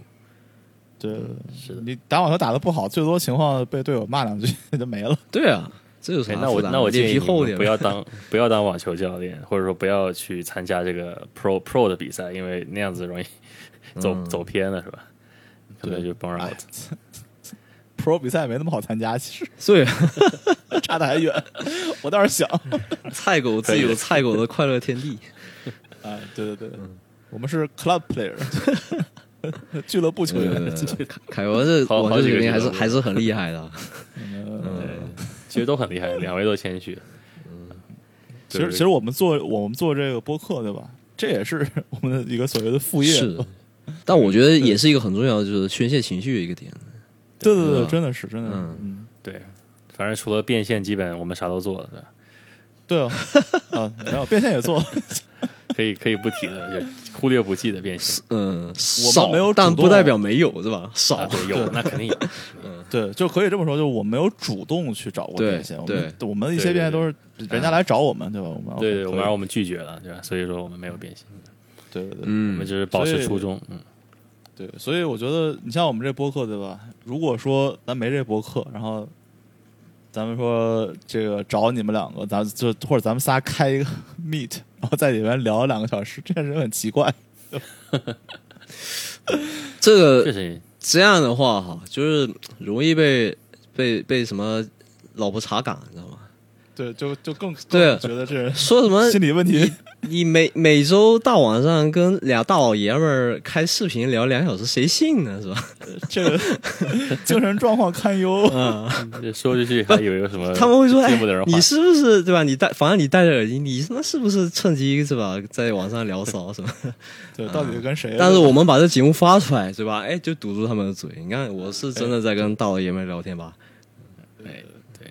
对，
是的
你打网球嗯打的不好，最多情况被队友骂两句 就没了。
对啊，这有啥
哎，那我
复杂的
那我
啊脸
建议
皮
你
厚
们
点，
不要当不要当网球教练，或者说不要去参加这个 pro pro 的比赛，因为那样子容易走、走偏了，是吧？可能就 burn
哎
out。
pro 比赛没那么好参加，其实
对，
差得还远。 我倒是想，
菜狗 自有菜狗的快乐天地。
哎，对对对，我们是 club player，俱乐部球员。
呃凯凯文这
好
网
好
球
几个
水平还
俱
是
乐部
还是很厉 害的。
嗯
其实都很厉害，两位都谦虚。
其实
对
其实我们做我们做这个播客，对吧？这也是我们的一个所谓的副业。
是，但我觉得也是一个很重要的，就是宣泄情绪的一个点。
对对对，
嗯
真的是真的是，
嗯
嗯。
对，反正除了变现，基本我们啥都做了，对吧？
对啊，啊，没有变现也做，
可以可以不提了，就忽略不计的变现。
嗯，少
没有主动哎
但不代表没有是吧？少
啊，对，有那肯定有。
对，就可以这么说，就是我没有主动去找过
对
变现，我们
对
我们的一些变现都是人家来找我们，对吧？我们
对对，我
我
们而我们拒绝了，对吧？所以说我们没有变现，
对对对
我
嗯
们只是保
所
持
以
初衷。嗯，
对，所以我觉得你像我们这播客对吧？如果说咱没这播客，然后咱们说这个找你们两个，咱就或者咱们仨开一个 meet，然后在里面聊两个小时，这件事很奇怪。
这
确
个
实，
这样的话哈，就是容易被被被什么老婆查岗，你知道吗？
对，就就更更
对
觉得这人
说什么
心理问题，
你每每周大晚上跟俩大老爷们儿开视频聊两小时，谁信呢？是吧？
这个 精神状况堪忧。
嗯，
这 说出去还以为有什么
他们会说：“
节
哎
目的人，
你
话。
是不是对吧？你戴，反正你戴着耳机，你他妈是不是趁机是吧，在网上聊骚什么？”
对，到底跟谁？
但是我们把这节目发出来，对吧？哎，就堵住他们的嘴。你看，我是真的
哎
在跟大老爷们聊天吧？
哎，对，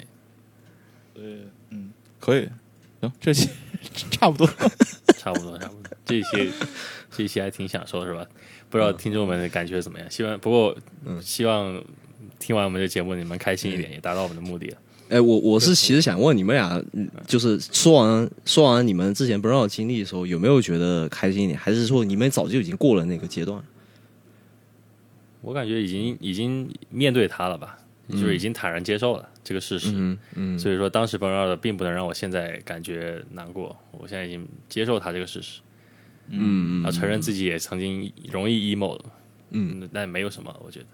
对，嗯，可以，行，这期 差不多。
差不多，差 不多。这一期，这一期还挺享受，是吧？不
嗯
知道听众们的感觉怎么样？希望，不过，希望听完我们这节目，你们开心一
嗯
点，也达到我们的目的了。
哎，我我是其实想问你们俩，嗯就是说完说完你们之前不知道经历的时候，有没有觉得开心一点？还是说你们早就已经过了那个阶段？
我感觉已经已经面对它了吧，就是已经坦然接受了这个事实。
嗯嗯
所以说，当时 burn out 的并不能让我现在感觉难过，我现在已经接受它这个事实，
嗯
啊，承认自己也曾经容易 emo 了，
嗯，
但没有什么，我觉得。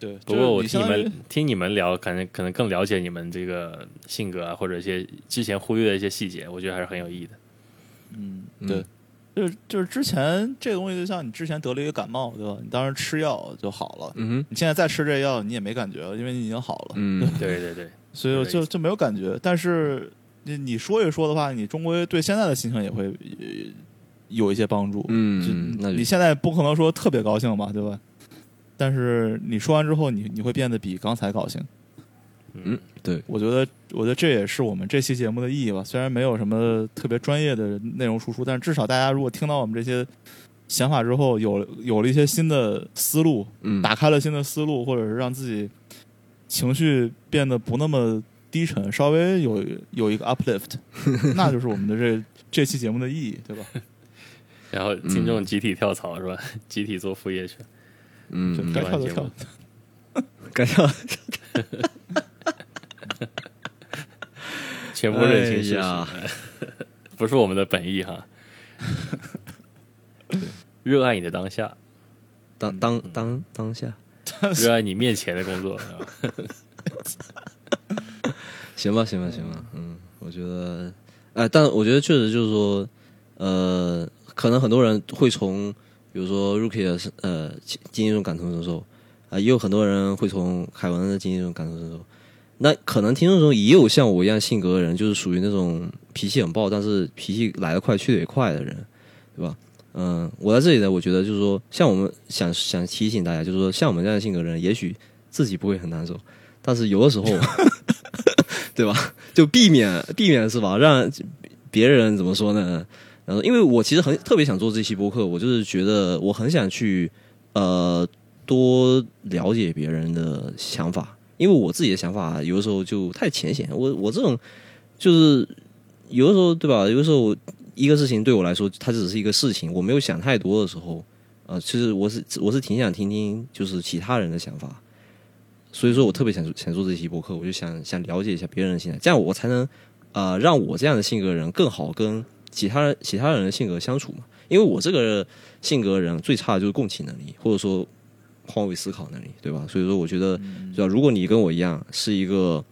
对，
不过我听
相
你
当于
们听你们聊，感觉可能更了解你们这个性格啊，或者一些之前忽略的一些细节，我觉得还是很有意义的。
对，嗯就是就是之前这个东西，就像你之前得了一个感冒，对吧？你当时吃药就好了，
嗯
你现在再吃这药，你也没感觉了，因为你已经好了，
嗯
对对对，
所以就就没有感觉。但是你你说一说的话，你终归对现在的心情也会呃有一些帮助。
嗯，那
就
就
你现在不可能说特别高兴吧，对吧？但是你说完之后，你你会变得比刚才高兴。
嗯，
对，
我觉得，我觉得这也是我们这期节目的意义吧。虽然没有什么特别专业的内容输出，但是至少大家如果听到我们这些想法之后，有有了一些新的思路，
嗯
打开了新的思路，或者是让自己情绪变得不那么低沉，稍微有有一个 uplift，那就是我们的这这期节目的意义，对吧？
然后听众集体跳槽是吧？集体做副业去。
就
嗯，
该跳就
这
跳
完，
感觉
全部任性试
哎呀
试，不是我们的本意哈。热爱你的当下，
当当当当下，
热爱你面前的工作，是吧
行吧，行吧，行吧，嗯，我觉得，哎，但我觉得确实就是说，呃，可能很多人会从，比如说 Rookie 的是呃经经历中感同身受，啊、也有很多人会从凯文的经历中感同身受。那可能听众中也有像我一样性格的人，就是属于那种脾气很暴，但是脾气来得快去得也快的人，对吧？嗯，我在这里呢，我觉得就是说，像我们想想提醒大家，就是说，像我们这样的性格的人，也许自己不会很难受，但是有的时候，对吧？就避免避免是吧？让别人怎么说呢？然后，因为我其实很特别想做这期播客，我就是觉得我很想去呃多了解别人的想法，因为我自己的想法有的时候就太浅显。我我这种就是有的时候对吧？有的时候我一个事情对我来说，它只是一个事情，我没有想太多的时候，呃，其实我是我是挺想听听就是其他人的想法。所以说我特别想想做这期播客，我就想想了解一下别人的心态，这样我才能呃让我这样的性格的人更好跟其他人其他人的性格相处嘛。因为我这个性格的人最差的就是共情能力，或者说换位思考能力，对吧？所以说我觉得，对吧？如果你跟我一样是一个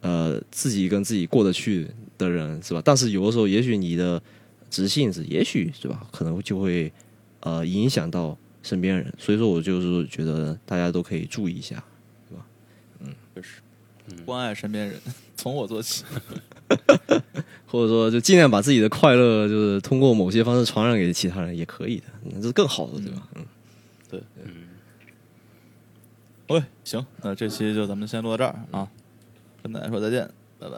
呃自己跟自己过得去的人，是吧？但是有的时候，也许你的直性子，也许是吧，可能就会呃影响到身边人。所以说我就是觉得大家都可以注意一下。
关爱身边人，从我做起。
或者说就尽量把自己的快乐，就是通过某些方式传染给其他人也可以的，嗯这是更好的，对吧？嗯，
OK，行，那这期就咱们先录到这儿啊，跟大家说再见，拜拜。